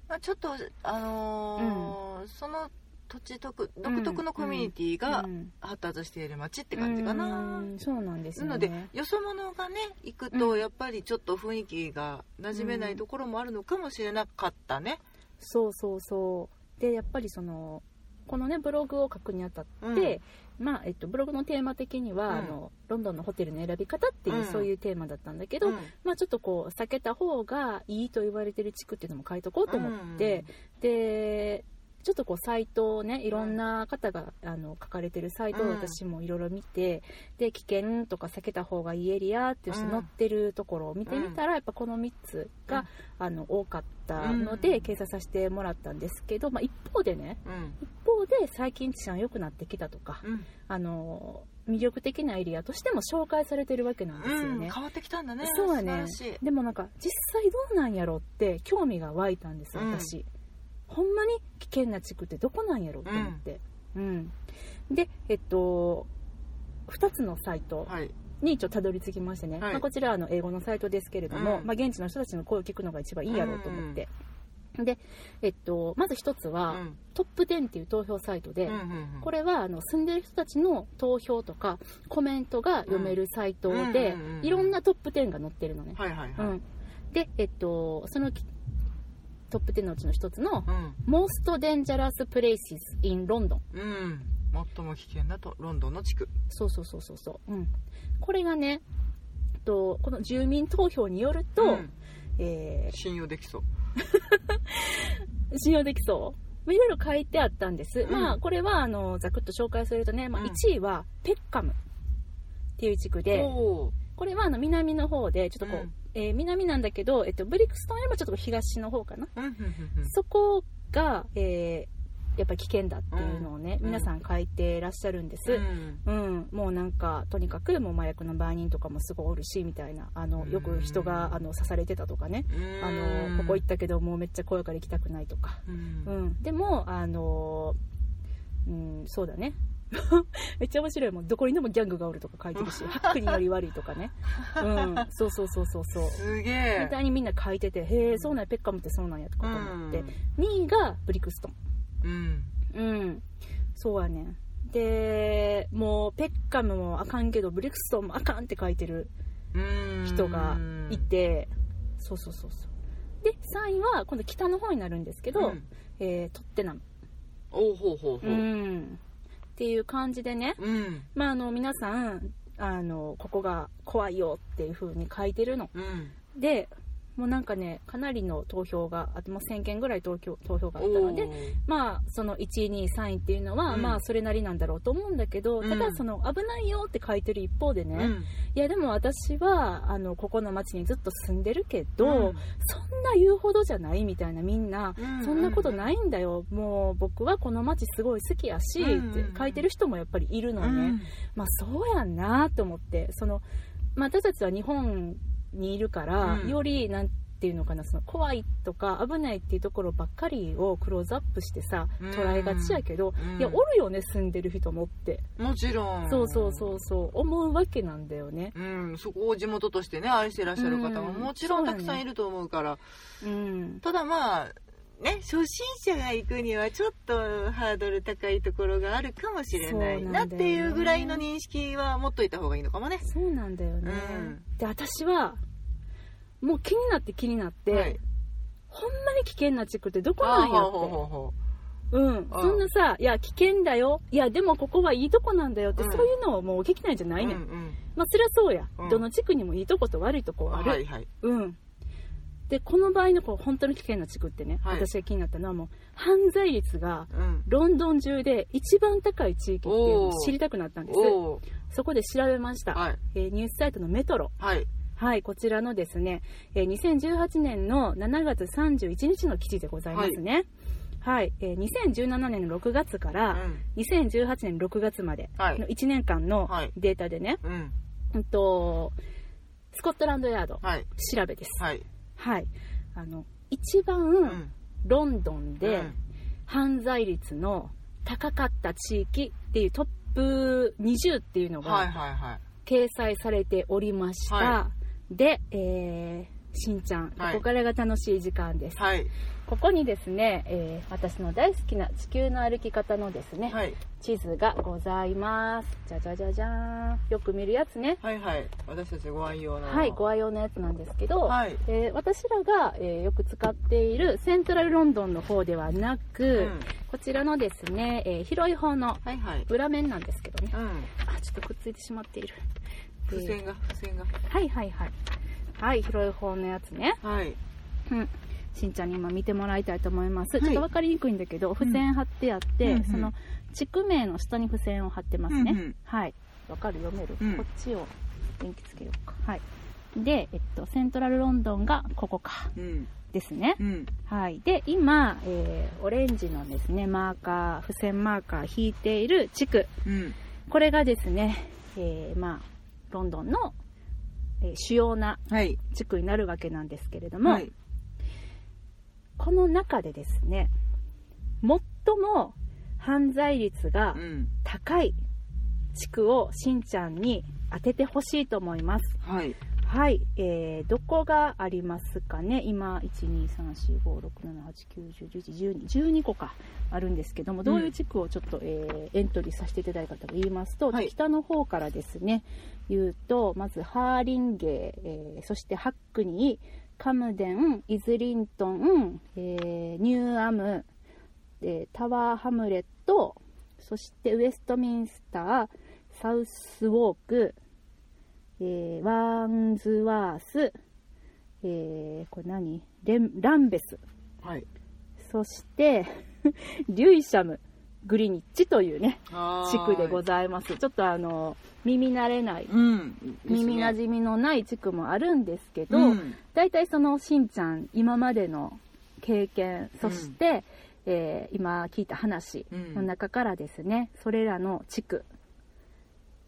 [SPEAKER 2] まあ、ちょっとあのーその土地独独特のコミュニティが
[SPEAKER 1] うん
[SPEAKER 2] 発達している街って感じかな、
[SPEAKER 1] うんそうなんですよ、
[SPEAKER 2] な
[SPEAKER 1] ね、
[SPEAKER 2] のでよそ者がね行く
[SPEAKER 1] う
[SPEAKER 2] と
[SPEAKER 1] ん
[SPEAKER 2] やっぱりちょっと雰囲気が馴染めないところもあるのかもしれなかったね、
[SPEAKER 1] そうそうそうでやっぱりそのこのねブログを書くにあたっ
[SPEAKER 2] うん
[SPEAKER 1] て、まあえっと、ブログのテーマ的には、
[SPEAKER 2] うん
[SPEAKER 1] あのロンドンのホテルの選び方っていう、
[SPEAKER 2] うん
[SPEAKER 1] そういうテーマだったんだけ
[SPEAKER 2] う
[SPEAKER 1] ど、
[SPEAKER 2] ん
[SPEAKER 1] まあ、ちょっとこう避けた方がいいと言われてる地区っていうのも書いとこうと思って、でちょっとこうサイトをねいろんな方が、あの書かれてるサイトを
[SPEAKER 2] うん
[SPEAKER 1] 私もいろいろ見て、で危険とか避けた方がいいエリアっていう人
[SPEAKER 2] うん
[SPEAKER 1] 載ってるところを見てみたら、やっぱこの3つが、あの多かったので、
[SPEAKER 2] うん
[SPEAKER 1] 掲載させてもらったんですけど、まあ、一方でね
[SPEAKER 2] うん
[SPEAKER 1] 一方で最近治安良くなってきたとか、
[SPEAKER 2] うん
[SPEAKER 1] あの魅力的なエリアとしても紹介されてるわけなんですよ
[SPEAKER 2] うん
[SPEAKER 1] ね。
[SPEAKER 2] 変わってきたんだね
[SPEAKER 1] そうやね
[SPEAKER 2] 素晴らしい
[SPEAKER 1] でもなんか実際どうなんやろって興味が湧いたんですよ
[SPEAKER 2] うん
[SPEAKER 1] 私、ほんまに危険な地区ってどこなんやろって思って、うんでえっと2つのサイト
[SPEAKER 2] はい
[SPEAKER 1] に一応たどり着きましてね、
[SPEAKER 2] はい
[SPEAKER 1] まあ、こちらはあの英語のサイトですけれども、
[SPEAKER 2] うん
[SPEAKER 1] まあ、現地の人たちの声を聞くのが一番いいやろうと思って、で、えっと、まず1つ
[SPEAKER 2] う
[SPEAKER 1] は、
[SPEAKER 2] ん
[SPEAKER 1] トップ10っていう投票サイトで、
[SPEAKER 2] うんうんうん
[SPEAKER 1] これはあの住んでる人たちの投票とかコメントが読めるサイトで、
[SPEAKER 2] うんうんうんうん
[SPEAKER 1] いろんなトップ10が載ってるのね、
[SPEAKER 2] はいはいは
[SPEAKER 1] う
[SPEAKER 2] い、
[SPEAKER 1] ん、で、えっと、そのきトップ10のうちの一つの
[SPEAKER 2] うん
[SPEAKER 1] 「Most Dangerous Places in London
[SPEAKER 2] うん、最も危険なとロンドンの地区」
[SPEAKER 1] そうそうそうそうそう、うん、これがねえっとこの住民投票によると、
[SPEAKER 2] うん
[SPEAKER 1] え
[SPEAKER 2] 信用できそう
[SPEAKER 1] ー信用できそうまあいろいろ書いてあったんです、
[SPEAKER 2] うん
[SPEAKER 1] まあこれはあのざくっと紹介するとね、まあ、
[SPEAKER 2] うん
[SPEAKER 1] 1位はペッカムっていう地区で、
[SPEAKER 2] おー
[SPEAKER 1] これはあの南の方でちょっとこう、
[SPEAKER 2] うん
[SPEAKER 1] えー南なんだけど、えっと、ブリクストンよりもちょっと東の方かな
[SPEAKER 2] うんうんうん
[SPEAKER 1] そこが、えーやっぱり危険だっていうのをね、
[SPEAKER 2] うん
[SPEAKER 1] 皆さん書いてらっしゃるんです、
[SPEAKER 2] う
[SPEAKER 1] うん
[SPEAKER 2] ん
[SPEAKER 1] もうなんかとにかくもう麻薬の売人とかもすごいおるしみたいなあのよく人があの刺されてたとかね、
[SPEAKER 2] うん
[SPEAKER 1] あのここ行ったけどもうめっちゃ声から行きたくないとか、
[SPEAKER 2] うん
[SPEAKER 1] うんでもあのうん、そうだね めっちゃ面白いもんどこにでもギャングがおるとか書いて るしハックにより悪いとかね、うん、そうそうそうそう そう
[SPEAKER 2] すげ
[SPEAKER 1] み
[SPEAKER 2] え
[SPEAKER 1] たいにみんな書いててへえそうなんやペッカムってそうなんやとかと思って、2位がブリクストン
[SPEAKER 2] うん
[SPEAKER 1] うんそうやねんでもうペッカムもあかんけどブリクストンもあかんって書いてる
[SPEAKER 2] うん
[SPEAKER 1] 人がいてそうそうそうそうで3位は今度北の方になるんですけど、
[SPEAKER 2] うん
[SPEAKER 1] えートッテナム、
[SPEAKER 2] おうほうほうほ
[SPEAKER 1] う、
[SPEAKER 2] うん
[SPEAKER 1] っていう感じでね、
[SPEAKER 2] うん
[SPEAKER 1] まあ、あの皆さんあのここが怖いよっていう風に書いてるの
[SPEAKER 2] うん
[SPEAKER 1] でもうなんかねかなりの投票があってもう1000件ぐらい投票投票があったので
[SPEAKER 2] おう
[SPEAKER 1] まあその1位2位3位っていうのは、
[SPEAKER 2] うん
[SPEAKER 1] まあそれなりなんだろうと思うんだけど
[SPEAKER 2] うん
[SPEAKER 1] ただその危ないよって書いてる一方でね、
[SPEAKER 2] うん
[SPEAKER 1] いやでも私はあのここの町にずっと住んでるけど、
[SPEAKER 2] うん
[SPEAKER 1] そんな言うほどじゃないみたいなみんな、
[SPEAKER 2] うん
[SPEAKER 1] そんなことないんだよもう僕はこの町すごい好きやし、
[SPEAKER 2] うん
[SPEAKER 1] って書いてる人もやっぱりいるのね、
[SPEAKER 2] うん
[SPEAKER 1] まあそうやんなと思ってその、まあ、私たちは日本にいるから、
[SPEAKER 2] うん
[SPEAKER 1] よりなんていうのかなその怖いとか危ないっていうところばっかりをクローズアップしてさ
[SPEAKER 2] うん
[SPEAKER 1] 捉えがちやけど、
[SPEAKER 2] うん
[SPEAKER 1] いやおるよね住んでる人もって、
[SPEAKER 2] もちろん
[SPEAKER 1] そうそうそうそう思うわけなんだよね。
[SPEAKER 2] うん、そこを地元としてね愛してらっしゃる方も
[SPEAKER 1] うん
[SPEAKER 2] もちろ
[SPEAKER 1] そ
[SPEAKER 2] ん
[SPEAKER 1] うだ
[SPEAKER 2] た
[SPEAKER 1] ね
[SPEAKER 2] くさんいると思うから、
[SPEAKER 1] うん
[SPEAKER 2] ただまあね初心者が行くにはちょっとハードル高いところがあるかもしれない
[SPEAKER 1] そう
[SPEAKER 2] な
[SPEAKER 1] な
[SPEAKER 2] っ
[SPEAKER 1] んだよね
[SPEAKER 2] ていうぐらいの認識は持っといた方がいいのかもね。
[SPEAKER 1] そうなんだよね、
[SPEAKER 2] うん
[SPEAKER 1] で私はもう気になって気になって、
[SPEAKER 2] はい
[SPEAKER 1] ほんまに危険な地区ってどこ
[SPEAKER 2] あ
[SPEAKER 1] な
[SPEAKER 2] あ
[SPEAKER 1] んや
[SPEAKER 2] ほ
[SPEAKER 1] っ
[SPEAKER 2] うほう
[SPEAKER 1] て
[SPEAKER 2] ほうほ
[SPEAKER 1] うん、そんなさ、いや、危険だよ、いや、でもここはいいとこなんだよって、
[SPEAKER 2] うん
[SPEAKER 1] そういうのをもうできないじゃ
[SPEAKER 2] う
[SPEAKER 1] ないね、、
[SPEAKER 2] うんん
[SPEAKER 1] まあ、そりゃそうや、
[SPEAKER 2] うん
[SPEAKER 1] どの地区にもいいとこと悪いとこ
[SPEAKER 2] うん、
[SPEAKER 1] はある、
[SPEAKER 2] はいはい
[SPEAKER 1] うん、で、この場合のこう本当に危険な地区ってね、
[SPEAKER 2] はい
[SPEAKER 1] 私が気になったのは、もう犯罪率が
[SPEAKER 2] うん
[SPEAKER 1] ロンドン中で一番高い地域っていうの
[SPEAKER 2] お
[SPEAKER 1] を
[SPEAKER 2] ー
[SPEAKER 1] 知りたくなったんです、
[SPEAKER 2] おお
[SPEAKER 1] そこで調べました、
[SPEAKER 2] はい
[SPEAKER 1] えーニュースサイトのメトロ。
[SPEAKER 2] はい
[SPEAKER 1] はい、こちらのですね、えー2018年の7月31日の記事でございますね。はい、えー2017年の6月か
[SPEAKER 2] う
[SPEAKER 1] ら
[SPEAKER 2] ん
[SPEAKER 1] 2018年6月まで
[SPEAKER 2] は
[SPEAKER 1] の
[SPEAKER 2] い
[SPEAKER 1] 1年間の
[SPEAKER 2] はい
[SPEAKER 1] データでね、
[SPEAKER 2] うん
[SPEAKER 1] うんとスコットランドヤード
[SPEAKER 2] はい
[SPEAKER 1] 調べです。
[SPEAKER 2] はい
[SPEAKER 1] はい、あの一
[SPEAKER 2] う
[SPEAKER 1] 番
[SPEAKER 2] ん
[SPEAKER 1] ロンドンで
[SPEAKER 2] うん
[SPEAKER 1] 犯罪率の高かった地域っていうトップ20っていうの
[SPEAKER 2] はい
[SPEAKER 1] が
[SPEAKER 2] はいはい
[SPEAKER 1] 掲載されておりました、
[SPEAKER 2] は
[SPEAKER 1] で、えーしんちゃん、
[SPEAKER 2] はい
[SPEAKER 1] ここからが楽しい時間です、
[SPEAKER 2] はい
[SPEAKER 1] ここにですね、えー私の大好きな地球の歩き方のですね、
[SPEAKER 2] はい
[SPEAKER 1] 地図がございますじゃじゃじゃじゃーんよく見るやつね
[SPEAKER 2] はいはい私たちご愛用の
[SPEAKER 1] はいご愛用のやつなんですけど、
[SPEAKER 2] はい
[SPEAKER 1] えー私らが、えーよく使っているセントラルロンドンの方ではなく、
[SPEAKER 2] うん
[SPEAKER 1] こちらのですね、えー広い方の
[SPEAKER 2] はいはい
[SPEAKER 1] 裏面なんですけどね
[SPEAKER 2] うん
[SPEAKER 1] あちょっとくっついてしまっている、え
[SPEAKER 2] 付
[SPEAKER 1] ー
[SPEAKER 2] 箋が付箋が
[SPEAKER 1] はいはいはいはい広い方のやつね
[SPEAKER 2] はい
[SPEAKER 1] うんしんちゃんに今見てもらいたいと思います、
[SPEAKER 2] はい
[SPEAKER 1] ちょっと分かりにくいんだけど付箋貼ってあって、
[SPEAKER 2] うんうん
[SPEAKER 1] その地区名の下に付箋を貼ってますね、
[SPEAKER 2] うんうん
[SPEAKER 1] はい分かる読める、
[SPEAKER 2] うん
[SPEAKER 1] こっちを電気つけようかはいで、えっと、セントラルロンドンがここか
[SPEAKER 2] うん
[SPEAKER 1] ですね
[SPEAKER 2] う、ん
[SPEAKER 1] はいで今、えーオレンジのですねマーカー付箋マーカー引いている地区
[SPEAKER 2] うん
[SPEAKER 1] これがですね、えーまあロンドンの、えー主要な
[SPEAKER 2] はい
[SPEAKER 1] 地区になるわけなんですけれども、
[SPEAKER 2] はい
[SPEAKER 1] この中でですね最も犯罪率が
[SPEAKER 2] うん
[SPEAKER 1] 高い地区をしんちゃんに当ててほしいと思います
[SPEAKER 2] はい
[SPEAKER 1] はい、えー、どこがありますかね今123456789101112個かあるんですけどもどういう地区をちょっと、えーエントリーさせていただいたかと言いますと、
[SPEAKER 2] はい
[SPEAKER 1] 北の方からですね言うとまずハーリンゲー、えーそしてハックニーカムデンイズリントン、えーニューアム、えータワーハムレットそしてウェストミンスターサウスウォークえーワンズワース、えーこれ何レンランベス、
[SPEAKER 2] はい
[SPEAKER 1] そして、 リュイシャム、グリニッチというね、地区でご
[SPEAKER 2] ざ
[SPEAKER 1] ざいます。ちょっとあの、耳慣れない、
[SPEAKER 2] うん
[SPEAKER 1] 耳馴
[SPEAKER 2] じ
[SPEAKER 1] 染みのない地区もあるんですけど、
[SPEAKER 2] うん
[SPEAKER 1] だいたいそのしんちゃん、今までの経験、そして、えー今聞いた話の中からですね、それらの地区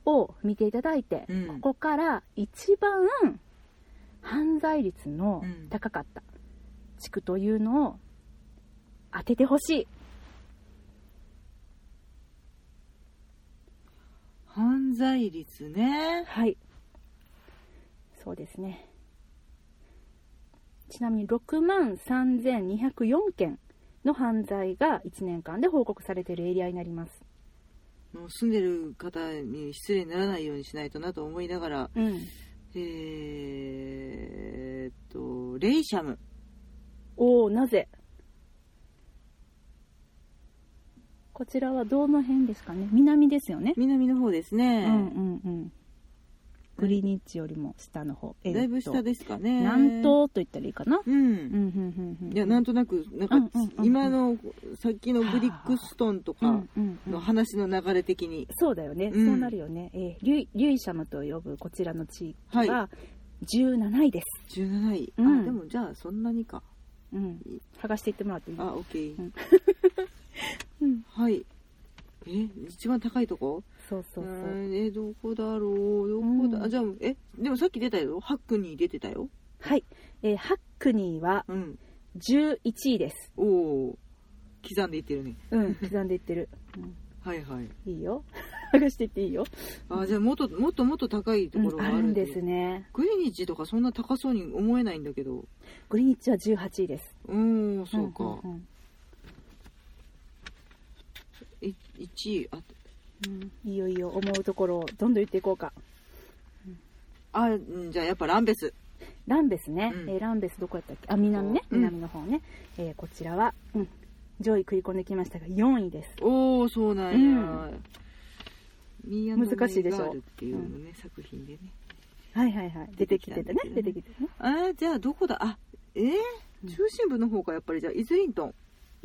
[SPEAKER 1] を見ていただいて、
[SPEAKER 2] うん
[SPEAKER 1] ここから一番犯罪率の高かった地区というのを当ててほしい。
[SPEAKER 2] 犯罪率ね
[SPEAKER 1] はい。そうですね。ちなみに6万3204件の犯罪が1年間で報告されているエリアになります。
[SPEAKER 2] もう住んでる方に失礼にならないようにしないとなと思いながら
[SPEAKER 1] うん、
[SPEAKER 2] えーっとレイシャム
[SPEAKER 1] おおなぜこちらはドーム編ですかね南ですよね、
[SPEAKER 2] 南の方ですね、
[SPEAKER 1] うんうんうんグリニッチよりも下の方、
[SPEAKER 2] だいぶ下
[SPEAKER 1] で、
[SPEAKER 2] ですかね
[SPEAKER 1] 南東と言ったらいいかな、
[SPEAKER 2] う
[SPEAKER 1] うん
[SPEAKER 2] ん
[SPEAKER 1] うんうんうん
[SPEAKER 2] いやなんとなくなんか、
[SPEAKER 1] うんうんうんうん
[SPEAKER 2] 今のさっきのブリックストンと
[SPEAKER 1] う
[SPEAKER 2] か
[SPEAKER 1] んうんうん
[SPEAKER 2] の話の流れ的に、
[SPEAKER 1] そうだよね、
[SPEAKER 2] うん
[SPEAKER 1] そうなるよね、えーリュイリュイシャムと呼ぶこちらの地域
[SPEAKER 2] は
[SPEAKER 1] は17位です、
[SPEAKER 2] 17位、
[SPEAKER 1] うん
[SPEAKER 2] あでもじゃあそんなにか
[SPEAKER 1] うん、剥がしていってもらっていい
[SPEAKER 2] あオッケー、
[SPEAKER 1] うんうん
[SPEAKER 2] はいえ一番高いとこ
[SPEAKER 1] そうそうそうう
[SPEAKER 2] ーんえどこだろうどこだ、
[SPEAKER 1] うん
[SPEAKER 2] あじゃあえでもさっき出たよハックに出てたよ
[SPEAKER 1] はい、えーハックニーは
[SPEAKER 2] うん
[SPEAKER 1] 11位です
[SPEAKER 2] おお刻んでいってるね
[SPEAKER 1] うん刻んでいってる、
[SPEAKER 2] はいはい
[SPEAKER 1] うん、いいよ 剥がしていっていいよ、
[SPEAKER 2] あじゃあもっともっともっと高いところ
[SPEAKER 1] うん
[SPEAKER 2] が
[SPEAKER 1] あ
[SPEAKER 2] ある
[SPEAKER 1] るんですすね
[SPEAKER 2] グリニッジとかそんな高そうに思えないんだけど
[SPEAKER 1] グリニッチは18位です
[SPEAKER 2] うーんそうか、
[SPEAKER 1] んん
[SPEAKER 2] い1位あ
[SPEAKER 1] うんうんいいよいいよ思うところをどんどん言っていこうか
[SPEAKER 2] あうんじゃあやっぱランベス
[SPEAKER 1] ランベスね、
[SPEAKER 2] うん
[SPEAKER 1] えーランベスどこやったっけあ南ね
[SPEAKER 2] うん
[SPEAKER 1] 南の方ね、えーこちらは、うん、上位食い込んできましたが4位です
[SPEAKER 2] おおそうなんや、ミーアンド
[SPEAKER 1] 難しいでしょ
[SPEAKER 2] メイガールっていうのね、作品でね
[SPEAKER 1] はいはいはい出てきてたね出て
[SPEAKER 2] 出
[SPEAKER 1] き
[SPEAKER 2] てき
[SPEAKER 1] てたね
[SPEAKER 2] あーじゃあどこだあえー
[SPEAKER 1] うん
[SPEAKER 2] 中心部の方かやっぱりじゃあイズリントン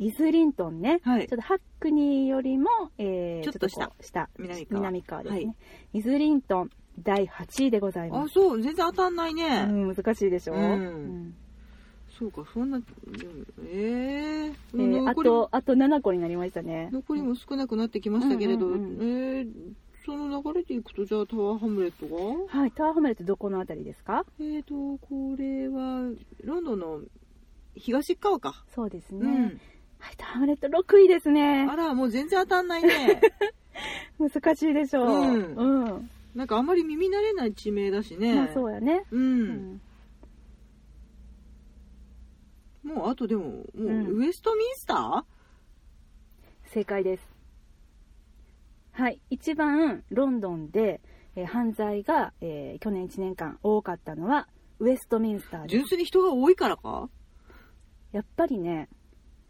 [SPEAKER 1] イズリントンね、
[SPEAKER 2] はい
[SPEAKER 1] ちょっとハックニーよりも、えー、
[SPEAKER 2] ちょっと下
[SPEAKER 1] こう下
[SPEAKER 2] 南
[SPEAKER 1] 側
[SPEAKER 2] 側
[SPEAKER 1] ですね、
[SPEAKER 2] はい
[SPEAKER 1] イズリントン第8位でござい
[SPEAKER 2] あ
[SPEAKER 1] ます
[SPEAKER 2] そう全然当たんないね、
[SPEAKER 1] うん、難しいでしょ、
[SPEAKER 2] うんそうかそんなでもえー
[SPEAKER 1] うんえーあ
[SPEAKER 2] 残り
[SPEAKER 1] とあと7個になりましたね
[SPEAKER 2] 残りも少なくなってきましたけれど、
[SPEAKER 1] うんうんう
[SPEAKER 2] えーその流れでいくとじゃあタワーハムレットが
[SPEAKER 1] はいタワーホメルってどこのあたりですか
[SPEAKER 2] えーとこれはロンドンの東側か、
[SPEAKER 1] そうですね、
[SPEAKER 2] うん
[SPEAKER 1] はいタワーホメルって6位ですね
[SPEAKER 2] あらもう全然当たんな いね
[SPEAKER 1] 難しいでしょう
[SPEAKER 2] うん
[SPEAKER 1] うん
[SPEAKER 2] なんかあまり耳慣れない地名だしね、
[SPEAKER 1] まあそうやね、
[SPEAKER 2] うん
[SPEAKER 1] う、ん
[SPEAKER 2] もうあとでももう
[SPEAKER 1] うん
[SPEAKER 2] ウエストミンスター、
[SPEAKER 1] 正解ですはい一番ロンドンで、えー犯罪が、えー去年1年間多かったのはウェストミンスターです
[SPEAKER 2] 純粋に人が多いからか
[SPEAKER 1] やっぱりね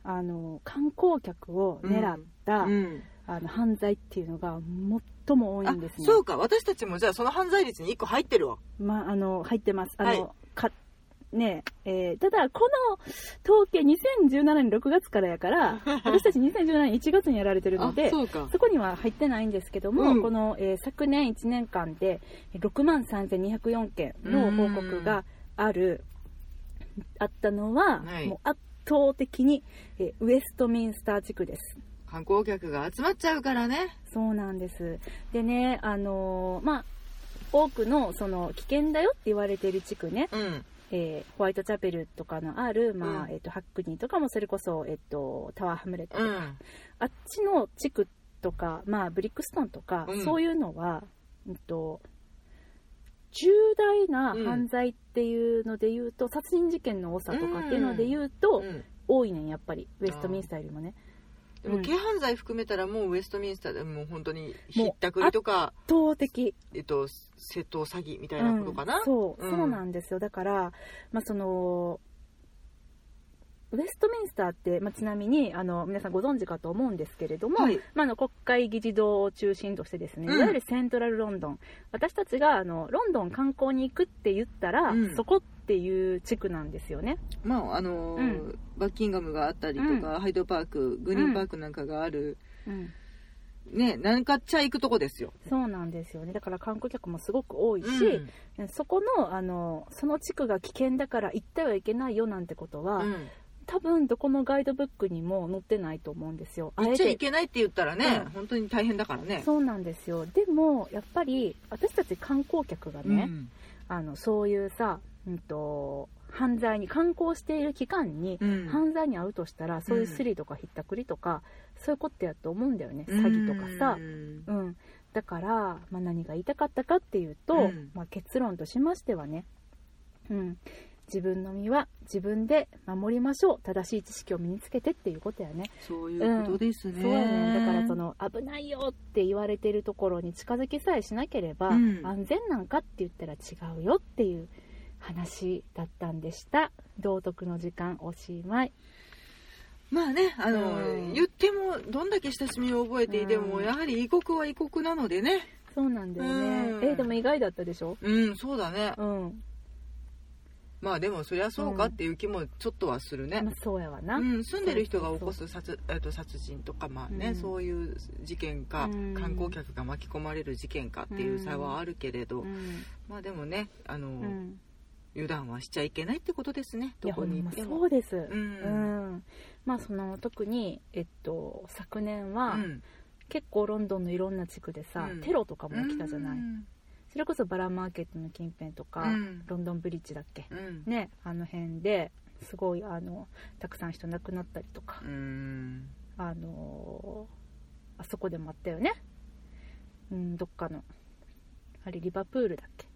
[SPEAKER 1] あの観光客を狙った、
[SPEAKER 2] うん
[SPEAKER 1] あの犯罪っていうのが最も多い
[SPEAKER 2] あ
[SPEAKER 1] んですね
[SPEAKER 2] そうか私たちもじゃあその犯罪率に1個入ってるわ
[SPEAKER 1] まああの入ってますあの、
[SPEAKER 2] はい
[SPEAKER 1] かねえーただこの統計2017年6月からやから 私たち2017年1月にやられてるので
[SPEAKER 2] そうか
[SPEAKER 1] そこには入ってないんですけども、
[SPEAKER 2] うん
[SPEAKER 1] この、えー昨年1年間で6万3204件の報告がある、あったのは、
[SPEAKER 2] はい
[SPEAKER 1] もう圧倒的に、えーウェストミンスター地区です。
[SPEAKER 2] 観光客が集まっちゃうからね
[SPEAKER 1] そうなんです。でね、あのーまあ、多くのその危険だよって言われてる地区ね、
[SPEAKER 2] うん
[SPEAKER 1] えーホワイトチャペルとかのある、まあ
[SPEAKER 2] うん
[SPEAKER 1] えっとハックニーとかもそれこそ、えっとタワーハムレットと
[SPEAKER 2] う
[SPEAKER 1] か
[SPEAKER 2] ん
[SPEAKER 1] あっちの地区とか、まあ、ブリックストンとか、
[SPEAKER 2] うん
[SPEAKER 1] そういうのは、うんと、重大な犯罪っていうので言うと、殺人事件の多さとかっていうので言うと、
[SPEAKER 2] うん
[SPEAKER 1] 多いねんやっぱりウェストミンスターよりもね
[SPEAKER 2] で
[SPEAKER 1] う
[SPEAKER 2] も
[SPEAKER 1] ん
[SPEAKER 2] 軽犯罪含めたらもうウエストミンスターでもう本当にひ
[SPEAKER 1] もう
[SPEAKER 2] ったくりとか、
[SPEAKER 1] 圧倒的、
[SPEAKER 2] えっと、窃盗詐欺みたいうなんことかな、
[SPEAKER 1] そう、
[SPEAKER 2] うん
[SPEAKER 1] そうなんですよだから、まあ、そのウェストミンスターって、まあ、ちなみにあの皆さんご存知かと思うんですけれども、
[SPEAKER 2] はい
[SPEAKER 1] まあ、あの国会議事堂を中心としてですね、
[SPEAKER 2] うん
[SPEAKER 1] いわゆるセントラルロンドン私たちがあのロンドン観光に行くって言ったら、
[SPEAKER 2] うん
[SPEAKER 1] そこっていう地区なんですよね
[SPEAKER 2] まああのー
[SPEAKER 1] う
[SPEAKER 2] バッキンガムがあったりとか、ハイドパークグリーンパークなんかがある、ねなんかっちゃ行くとこですよ、
[SPEAKER 1] そうなんですよねだから観光客もすごく多いし、
[SPEAKER 2] うん
[SPEAKER 1] そこのあのその地区が危険だから行ってはいけないよなんてことは、
[SPEAKER 2] うん
[SPEAKER 1] 多分どこのガイドブックにも載ってないと思うんですよ
[SPEAKER 2] 行っちゃいけないって言ったらね、
[SPEAKER 1] うん
[SPEAKER 2] 本当に大変だからね
[SPEAKER 1] そうなんですよでもやっぱり私たち観光客がね、
[SPEAKER 2] うん
[SPEAKER 1] あのそういうさ、うん、と犯罪に観光している期間に、
[SPEAKER 2] うん
[SPEAKER 1] 犯罪に遭うとしたらそういうスリとかひったくりとか、そういうことやと思うんだよね
[SPEAKER 2] うん
[SPEAKER 1] 詐欺とかさ
[SPEAKER 2] う、ん
[SPEAKER 1] うんだから、まあ、何が言いたかったかっていうと、
[SPEAKER 2] うん
[SPEAKER 1] まあ、結論としましてはね、うん自分の身は自分で守りましょう正しい知識を身につけてっていうことやね
[SPEAKER 2] そういうことですね。
[SPEAKER 1] そうやねだからその危ないよって言われてるところに近づきさえしなければ、
[SPEAKER 2] うん
[SPEAKER 1] 安全なんかって言ったら違うよっていう話だったんでした道徳の時間おしまい
[SPEAKER 2] まあね、あの、
[SPEAKER 1] うん
[SPEAKER 2] 言っても、どんだけ親しみを覚えていても、
[SPEAKER 1] うん
[SPEAKER 2] やはり異国は異国なのでね。
[SPEAKER 1] そうなんだよね、
[SPEAKER 2] うん
[SPEAKER 1] えでも意外だったでしょ
[SPEAKER 2] うん、そうだね。
[SPEAKER 1] うん、
[SPEAKER 2] まあでも、そりゃそうかっていう気もちょっとはするね
[SPEAKER 1] まあ。そうやわな、
[SPEAKER 2] うん、住んでる人が起こ
[SPEAKER 1] そ
[SPEAKER 2] す殺,、えっと殺人とか、まあ
[SPEAKER 1] う
[SPEAKER 2] ね
[SPEAKER 1] ん
[SPEAKER 2] そういう事件か、
[SPEAKER 1] うん
[SPEAKER 2] 観光客が巻き込まれる事件かっていう差はあるけれど、
[SPEAKER 1] うん
[SPEAKER 2] まあでもねあの、
[SPEAKER 1] うん、
[SPEAKER 2] 油断はしちゃいけないってことですね
[SPEAKER 1] い
[SPEAKER 2] ど
[SPEAKER 1] や
[SPEAKER 2] こ
[SPEAKER 1] ほ
[SPEAKER 2] に
[SPEAKER 1] ん
[SPEAKER 2] 行
[SPEAKER 1] ま
[SPEAKER 2] って
[SPEAKER 1] そ
[SPEAKER 2] も。
[SPEAKER 1] うです、う
[SPEAKER 2] うん
[SPEAKER 1] んまあその特に、えっと、昨年は、
[SPEAKER 2] うん
[SPEAKER 1] 結構ロンドンのいろんな地区でさ、
[SPEAKER 2] うん
[SPEAKER 1] テロとかも起きたじゃない、
[SPEAKER 2] うん
[SPEAKER 1] それこそバラマーケットの近辺とか、
[SPEAKER 2] うん
[SPEAKER 1] ロンドンブリッジだっけ、
[SPEAKER 2] うん
[SPEAKER 1] ねあの辺ですごいあのたくさん人亡くなったりとか
[SPEAKER 2] う、ん
[SPEAKER 1] あのーあそこでもあったよねうんどっかのあれリバプールだっけ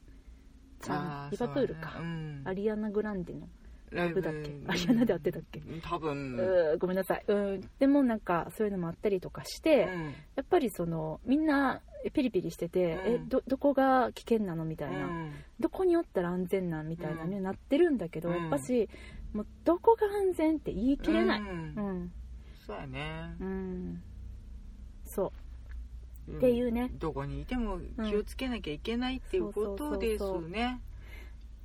[SPEAKER 1] じゃあ
[SPEAKER 2] あ
[SPEAKER 1] リバプールか、
[SPEAKER 2] そうだねうん
[SPEAKER 1] アリアナ・グランデの
[SPEAKER 2] ライ
[SPEAKER 1] ブだっけアリアナで会ってたっけ
[SPEAKER 2] うん多分
[SPEAKER 1] うーごめんなさいうんでもなんかそういうのもあったりとかして、
[SPEAKER 2] うん
[SPEAKER 1] やっぱりそのみんなえピリピリしてて、
[SPEAKER 2] うん
[SPEAKER 1] えどどこが危険なのみたいな、
[SPEAKER 2] うん
[SPEAKER 1] どこにおったら安全なんみたいなね、
[SPEAKER 2] う
[SPEAKER 1] なってるんだけど、
[SPEAKER 2] うん
[SPEAKER 1] やっぱしもうどこが安全って言い切れな
[SPEAKER 2] う
[SPEAKER 1] いうんん
[SPEAKER 2] そうやね
[SPEAKER 1] うん、そ
[SPEAKER 2] っ
[SPEAKER 1] うっていうね
[SPEAKER 2] どこにいても気をつけなきゃいけないっていうことです
[SPEAKER 1] そうそうそう
[SPEAKER 2] ね。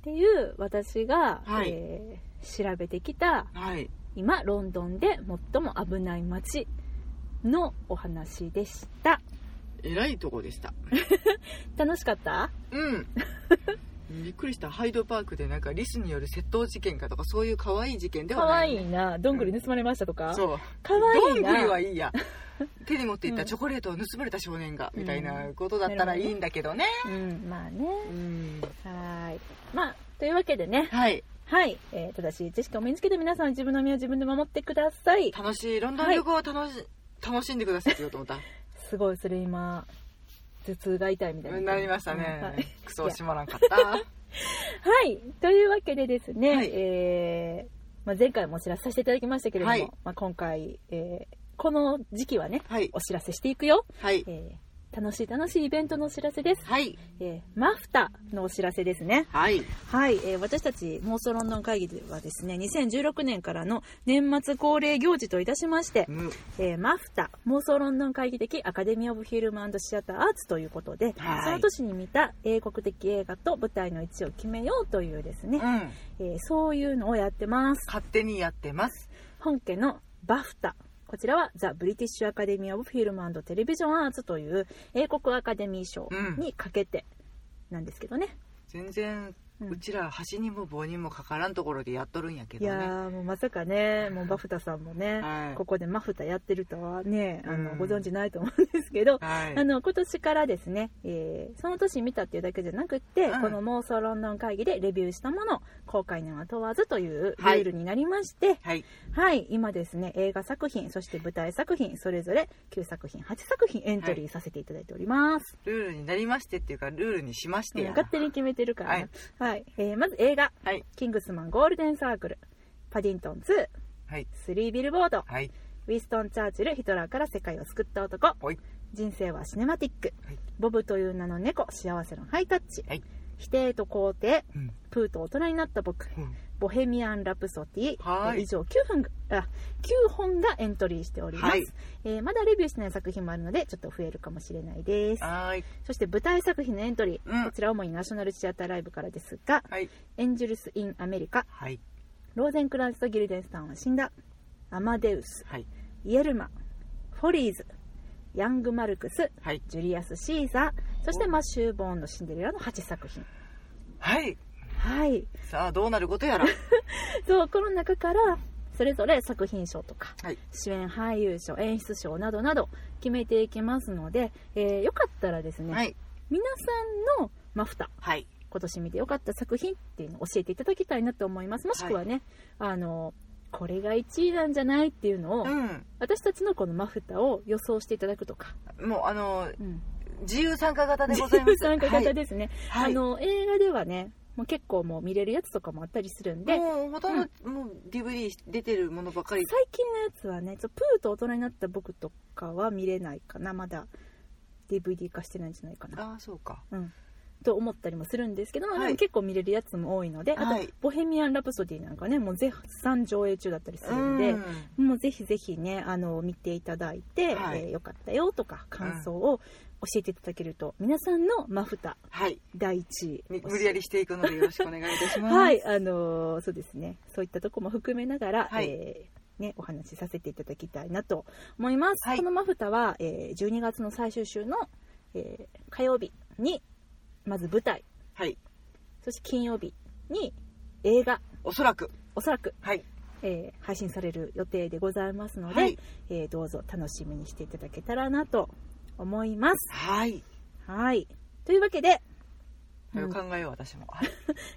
[SPEAKER 1] っていう私が、
[SPEAKER 2] はい
[SPEAKER 1] えー調べてきた
[SPEAKER 2] はい。
[SPEAKER 1] 今ロンドンで最も危ない街のお話でした
[SPEAKER 2] えらいとこでした。
[SPEAKER 1] 楽しかった
[SPEAKER 2] うん。びっくりした。ハイドパークでなんかリスによる窃盗事件かとかそういう可愛い事件で
[SPEAKER 1] か
[SPEAKER 2] は
[SPEAKER 1] わ
[SPEAKER 2] ない。
[SPEAKER 1] いいなどんぐり盗まれましたとか、
[SPEAKER 2] そう。
[SPEAKER 1] かわいい
[SPEAKER 2] どん
[SPEAKER 1] な
[SPEAKER 2] ぐりはいい や。手に持っていっ
[SPEAKER 1] う
[SPEAKER 2] た
[SPEAKER 1] ん
[SPEAKER 2] チョコレートを盗まれた少年が、
[SPEAKER 1] うん
[SPEAKER 2] みたいなことだったらいいんだけどね。
[SPEAKER 1] うんまあね
[SPEAKER 2] うん。
[SPEAKER 1] はーいまあというわけでね
[SPEAKER 2] はい。
[SPEAKER 1] はい、えー正しい知識を身につけて皆さん自分の身を自分で守ってください
[SPEAKER 2] 楽しい、ロンドン旅行を楽し、楽しんでくださいって言おうと思った。
[SPEAKER 1] すごいそれ今頭痛が痛いみたいな
[SPEAKER 2] なりました
[SPEAKER 1] は
[SPEAKER 2] ね
[SPEAKER 1] い、。
[SPEAKER 2] クソしまらんかった。
[SPEAKER 1] はいというわけでですね、
[SPEAKER 2] はい
[SPEAKER 1] えーまあ、前回もお知らせさせていただきましたけれども、
[SPEAKER 2] はい
[SPEAKER 1] まあ、今回、えーこの時期はね
[SPEAKER 2] はい。
[SPEAKER 1] お知らせしていくよ、
[SPEAKER 2] はい。
[SPEAKER 1] えー楽しい楽しいイベントのお知らせです、
[SPEAKER 2] はい。
[SPEAKER 1] えーマフタのお知らせですね
[SPEAKER 2] はい。
[SPEAKER 1] はい、えー私たち妄想ロンドン会議ではですね2016年からの年末恒例行事といたしまして、
[SPEAKER 2] うん
[SPEAKER 1] えーマフタ妄想ロンドン会議的アカデミー・オブ・ヒューマンシアター・アーツということで、
[SPEAKER 2] はい
[SPEAKER 1] その年に見た英国的映画と舞台の位置を決めようというですね、
[SPEAKER 2] うん。
[SPEAKER 1] えーそういうのをやってます
[SPEAKER 2] 勝手にやってます。
[SPEAKER 1] 本家のバフタこちらはザ・ブリティッシュ・アカデミー・オブ・フィルムテレビジョン・アーツという英国アカデミー賞にかけてなんですけどね、
[SPEAKER 2] 全然、
[SPEAKER 1] うん
[SPEAKER 2] うちら端にも棒にもかからんところでやっとるんやけ
[SPEAKER 1] い
[SPEAKER 2] ど
[SPEAKER 1] や
[SPEAKER 2] ね。
[SPEAKER 1] ーもうまさかねもうバフタさんもね、
[SPEAKER 2] はい
[SPEAKER 1] ここでマフタやってるとはねあの、
[SPEAKER 2] うん
[SPEAKER 1] ご存知ないと思うんですけど、
[SPEAKER 2] はい。
[SPEAKER 1] あの今年からですね、えーその年見たっていうだけじゃなくって、
[SPEAKER 2] うん
[SPEAKER 1] この妄想ロンドン会議でレビューしたものを公開年は問わずというル
[SPEAKER 2] はい
[SPEAKER 1] ールになりまして、
[SPEAKER 2] はい。
[SPEAKER 1] はい今ですね映画作品そして舞台作品それぞれ9作品8作品エントリーさせていただいております、
[SPEAKER 2] ルールになりましてっていうか、ルールにしまして
[SPEAKER 1] うん
[SPEAKER 2] や。
[SPEAKER 1] 勝手に決めてるからな
[SPEAKER 2] はい
[SPEAKER 1] はいえーまず映画
[SPEAKER 2] はい。
[SPEAKER 1] 「キングスマンゴールデンサークル」「パディントン2」
[SPEAKER 2] はい。
[SPEAKER 1] 3ビルボード
[SPEAKER 2] はい。
[SPEAKER 1] ウィンストン・チャーチルヒトラーから世界を救った男
[SPEAKER 2] ほい。
[SPEAKER 1] 人生はシネマティック、
[SPEAKER 2] はい
[SPEAKER 1] ボブという名の猫幸せのハイタッチ、
[SPEAKER 2] はい
[SPEAKER 1] 否定と肯定
[SPEAKER 2] うん。
[SPEAKER 1] プーと大人になった僕
[SPEAKER 2] うん
[SPEAKER 1] ボヘミアン・ラプソディ
[SPEAKER 2] はい
[SPEAKER 1] 以上9本があ9本がエントリーしております、
[SPEAKER 2] はい
[SPEAKER 1] えーまだレビューしてない作品もあるのでちょっと増えるかもしれないです
[SPEAKER 2] はーい。
[SPEAKER 1] そして舞台作品のエントリー、
[SPEAKER 2] うん
[SPEAKER 1] こちら主にナショナルシアターライブからですが
[SPEAKER 2] はい。
[SPEAKER 1] 「エンジュルス・イン・アメリカ」
[SPEAKER 2] はい。
[SPEAKER 1] 「ローゼンクランツとギルデンスタンは死んだ」「アマデウス」
[SPEAKER 2] はい。
[SPEAKER 1] 「イエルマ」「フォリーズ」「ヤング・マルクス」
[SPEAKER 2] はい。
[SPEAKER 1] ジュリアス・シーザーそしてマッシュー・ボーンのシンデレラの8作品
[SPEAKER 2] はい。
[SPEAKER 1] はい
[SPEAKER 2] さあ、どうなるこ とやら。
[SPEAKER 1] そうこの中からそれぞれ作品賞とか
[SPEAKER 2] はい。
[SPEAKER 1] 主演俳優賞演出賞などなど決めていきますので、えーよかったらですね、
[SPEAKER 2] はい。
[SPEAKER 1] 皆さんのマフタ
[SPEAKER 2] はい。
[SPEAKER 1] 今年見てよかった作品っていうのを教えていただきたいなと思いますもしくはね、あのこれが1位なんじゃないっていうのを、
[SPEAKER 2] うん。
[SPEAKER 1] 私たちのこのマフタを予想していただくとか、
[SPEAKER 2] もう、あの、
[SPEAKER 1] うん、
[SPEAKER 2] 自由参加型でございます。
[SPEAKER 1] 参加型ですね、
[SPEAKER 2] はい。
[SPEAKER 1] あ
[SPEAKER 2] はい。
[SPEAKER 1] の映画ではねもう結構もう見れるやつとかもあったりするんで、
[SPEAKER 2] もうほとんどもう DVD 出てるものばかり
[SPEAKER 1] 最近のやつはねちょプーと大人になった僕とかは見れないかなまだ DVD 化してないんじゃないかな
[SPEAKER 2] ああそうか
[SPEAKER 1] と思ったりもするんですけど、まあ
[SPEAKER 2] はい
[SPEAKER 1] でも結構見れるやつも多いので、
[SPEAKER 2] は
[SPEAKER 1] あ
[SPEAKER 2] い
[SPEAKER 1] と「ボヘミアン・ラプソディ」なんかねもう絶賛上映中だったりするんで、
[SPEAKER 2] うん
[SPEAKER 1] もうぜひぜひねあの見ていただいて、
[SPEAKER 2] はい
[SPEAKER 1] えーよかったよとか感想を教えていただけると、皆さんのまふた
[SPEAKER 2] はい
[SPEAKER 1] 第一位
[SPEAKER 2] み無理やりしていくのでよろしくお願いいたします
[SPEAKER 1] はい、あのーそうですね。そういったとこも含めながら、
[SPEAKER 2] はい
[SPEAKER 1] えーね、お話しさせていただきたいなと思います。
[SPEAKER 2] はい
[SPEAKER 1] このマフタは、えー12月の最終週の、えー火曜日に、まず舞台、
[SPEAKER 2] はい
[SPEAKER 1] そして金曜日に映画、
[SPEAKER 2] おそらく
[SPEAKER 1] おそらく、
[SPEAKER 2] はい
[SPEAKER 1] えー配信される予定でございますので、
[SPEAKER 2] はい
[SPEAKER 1] えーどうぞ楽しみにしていただけたらなと思います。
[SPEAKER 2] はい
[SPEAKER 1] はい。というわけで、
[SPEAKER 2] それ
[SPEAKER 1] う
[SPEAKER 2] を
[SPEAKER 1] ん
[SPEAKER 2] 考えよう私もはい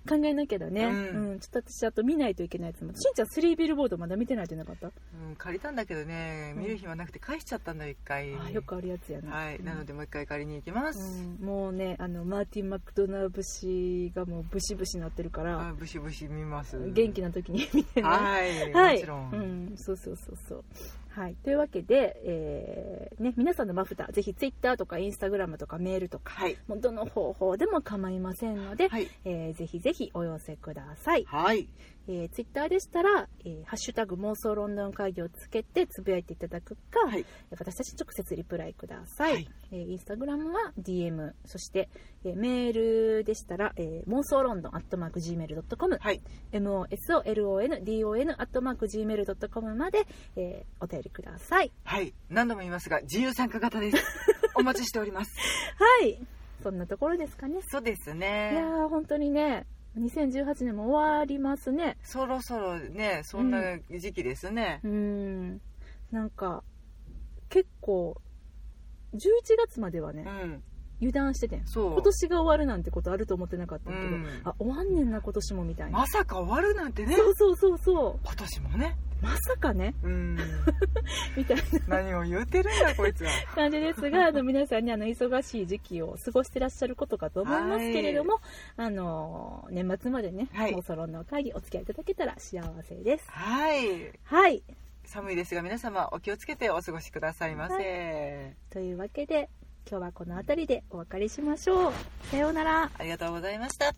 [SPEAKER 1] 考えなきゃだね、う
[SPEAKER 2] うんん
[SPEAKER 1] ちょっと私あと見ないといけないやつもしんちゃん3ビルボードまだ見てないってなかった、
[SPEAKER 2] うん借りたんだけどね見る暇なくて返しちゃったんだよ一回
[SPEAKER 1] あよくあるやつやな
[SPEAKER 2] はいなの、でもう一回借りに行きま
[SPEAKER 1] う
[SPEAKER 2] す
[SPEAKER 1] んもうねあのマーティン・マクドナルド節がもうブシブシなってるから
[SPEAKER 2] あ、ブシブシ見ます
[SPEAKER 1] 元気な時に見てね
[SPEAKER 2] はい、
[SPEAKER 1] は
[SPEAKER 2] も
[SPEAKER 1] い
[SPEAKER 2] ちろん、
[SPEAKER 1] うん、そうそうそうそうはいというわけで、えーね、皆さんのマフターぜひツイッターとかインスタグラムとかメールとか
[SPEAKER 2] はい
[SPEAKER 1] もうどの方法でも構いませんので、
[SPEAKER 2] はい
[SPEAKER 1] えーぜひぜひお寄せください
[SPEAKER 2] はい
[SPEAKER 1] えー、ツイッターでしたら、えーハッシュタグ妄想ロンドン会議をつけてつぶやいていただくか、
[SPEAKER 2] はい
[SPEAKER 1] 私たちに直接リプライください、
[SPEAKER 2] はい
[SPEAKER 1] えーインスタグラムは DM そして、えーメールでしたら、えー妄想ロンドンアットマーク Gmail.com、
[SPEAKER 2] はい
[SPEAKER 1] MOSOLONDON アットマーク Gmail.com まで、えーお便りください
[SPEAKER 2] はい何度も言いますが自由参加型 ですお待ちしております
[SPEAKER 1] はいそんなところですかね
[SPEAKER 2] そうです
[SPEAKER 1] いや
[SPEAKER 2] ね
[SPEAKER 1] ー本当にね2018年も終わりますね
[SPEAKER 2] そろそろねそんな時期ですね、
[SPEAKER 1] うーんなんか結構11月まではね、
[SPEAKER 2] うん、
[SPEAKER 1] 油断しててん
[SPEAKER 2] そう
[SPEAKER 1] 今年が終わるなんてことあると思ってなかったんやけど、
[SPEAKER 2] うん
[SPEAKER 1] あ終わんねんな今年もみたいな、
[SPEAKER 2] まさか終わるなんてね
[SPEAKER 1] そうそうそうそ
[SPEAKER 2] 今年もね
[SPEAKER 1] うまさかね
[SPEAKER 2] うん
[SPEAKER 1] みたいな
[SPEAKER 2] 何を言うてるんだこいつは
[SPEAKER 1] 感じです があの皆さんにあの忙しい時期を過ごしてらっしゃることかと思いますけれども、あの年末までね、
[SPEAKER 2] はい
[SPEAKER 1] もうソロンの会議お付き合いいただけたら幸せです
[SPEAKER 2] はい
[SPEAKER 1] はい
[SPEAKER 2] 寒いですが皆様お気をつけてお過ごしくださいませ、
[SPEAKER 1] はというわけで今日はこの辺りでお別れしましょうさようなら
[SPEAKER 2] ありがとうございました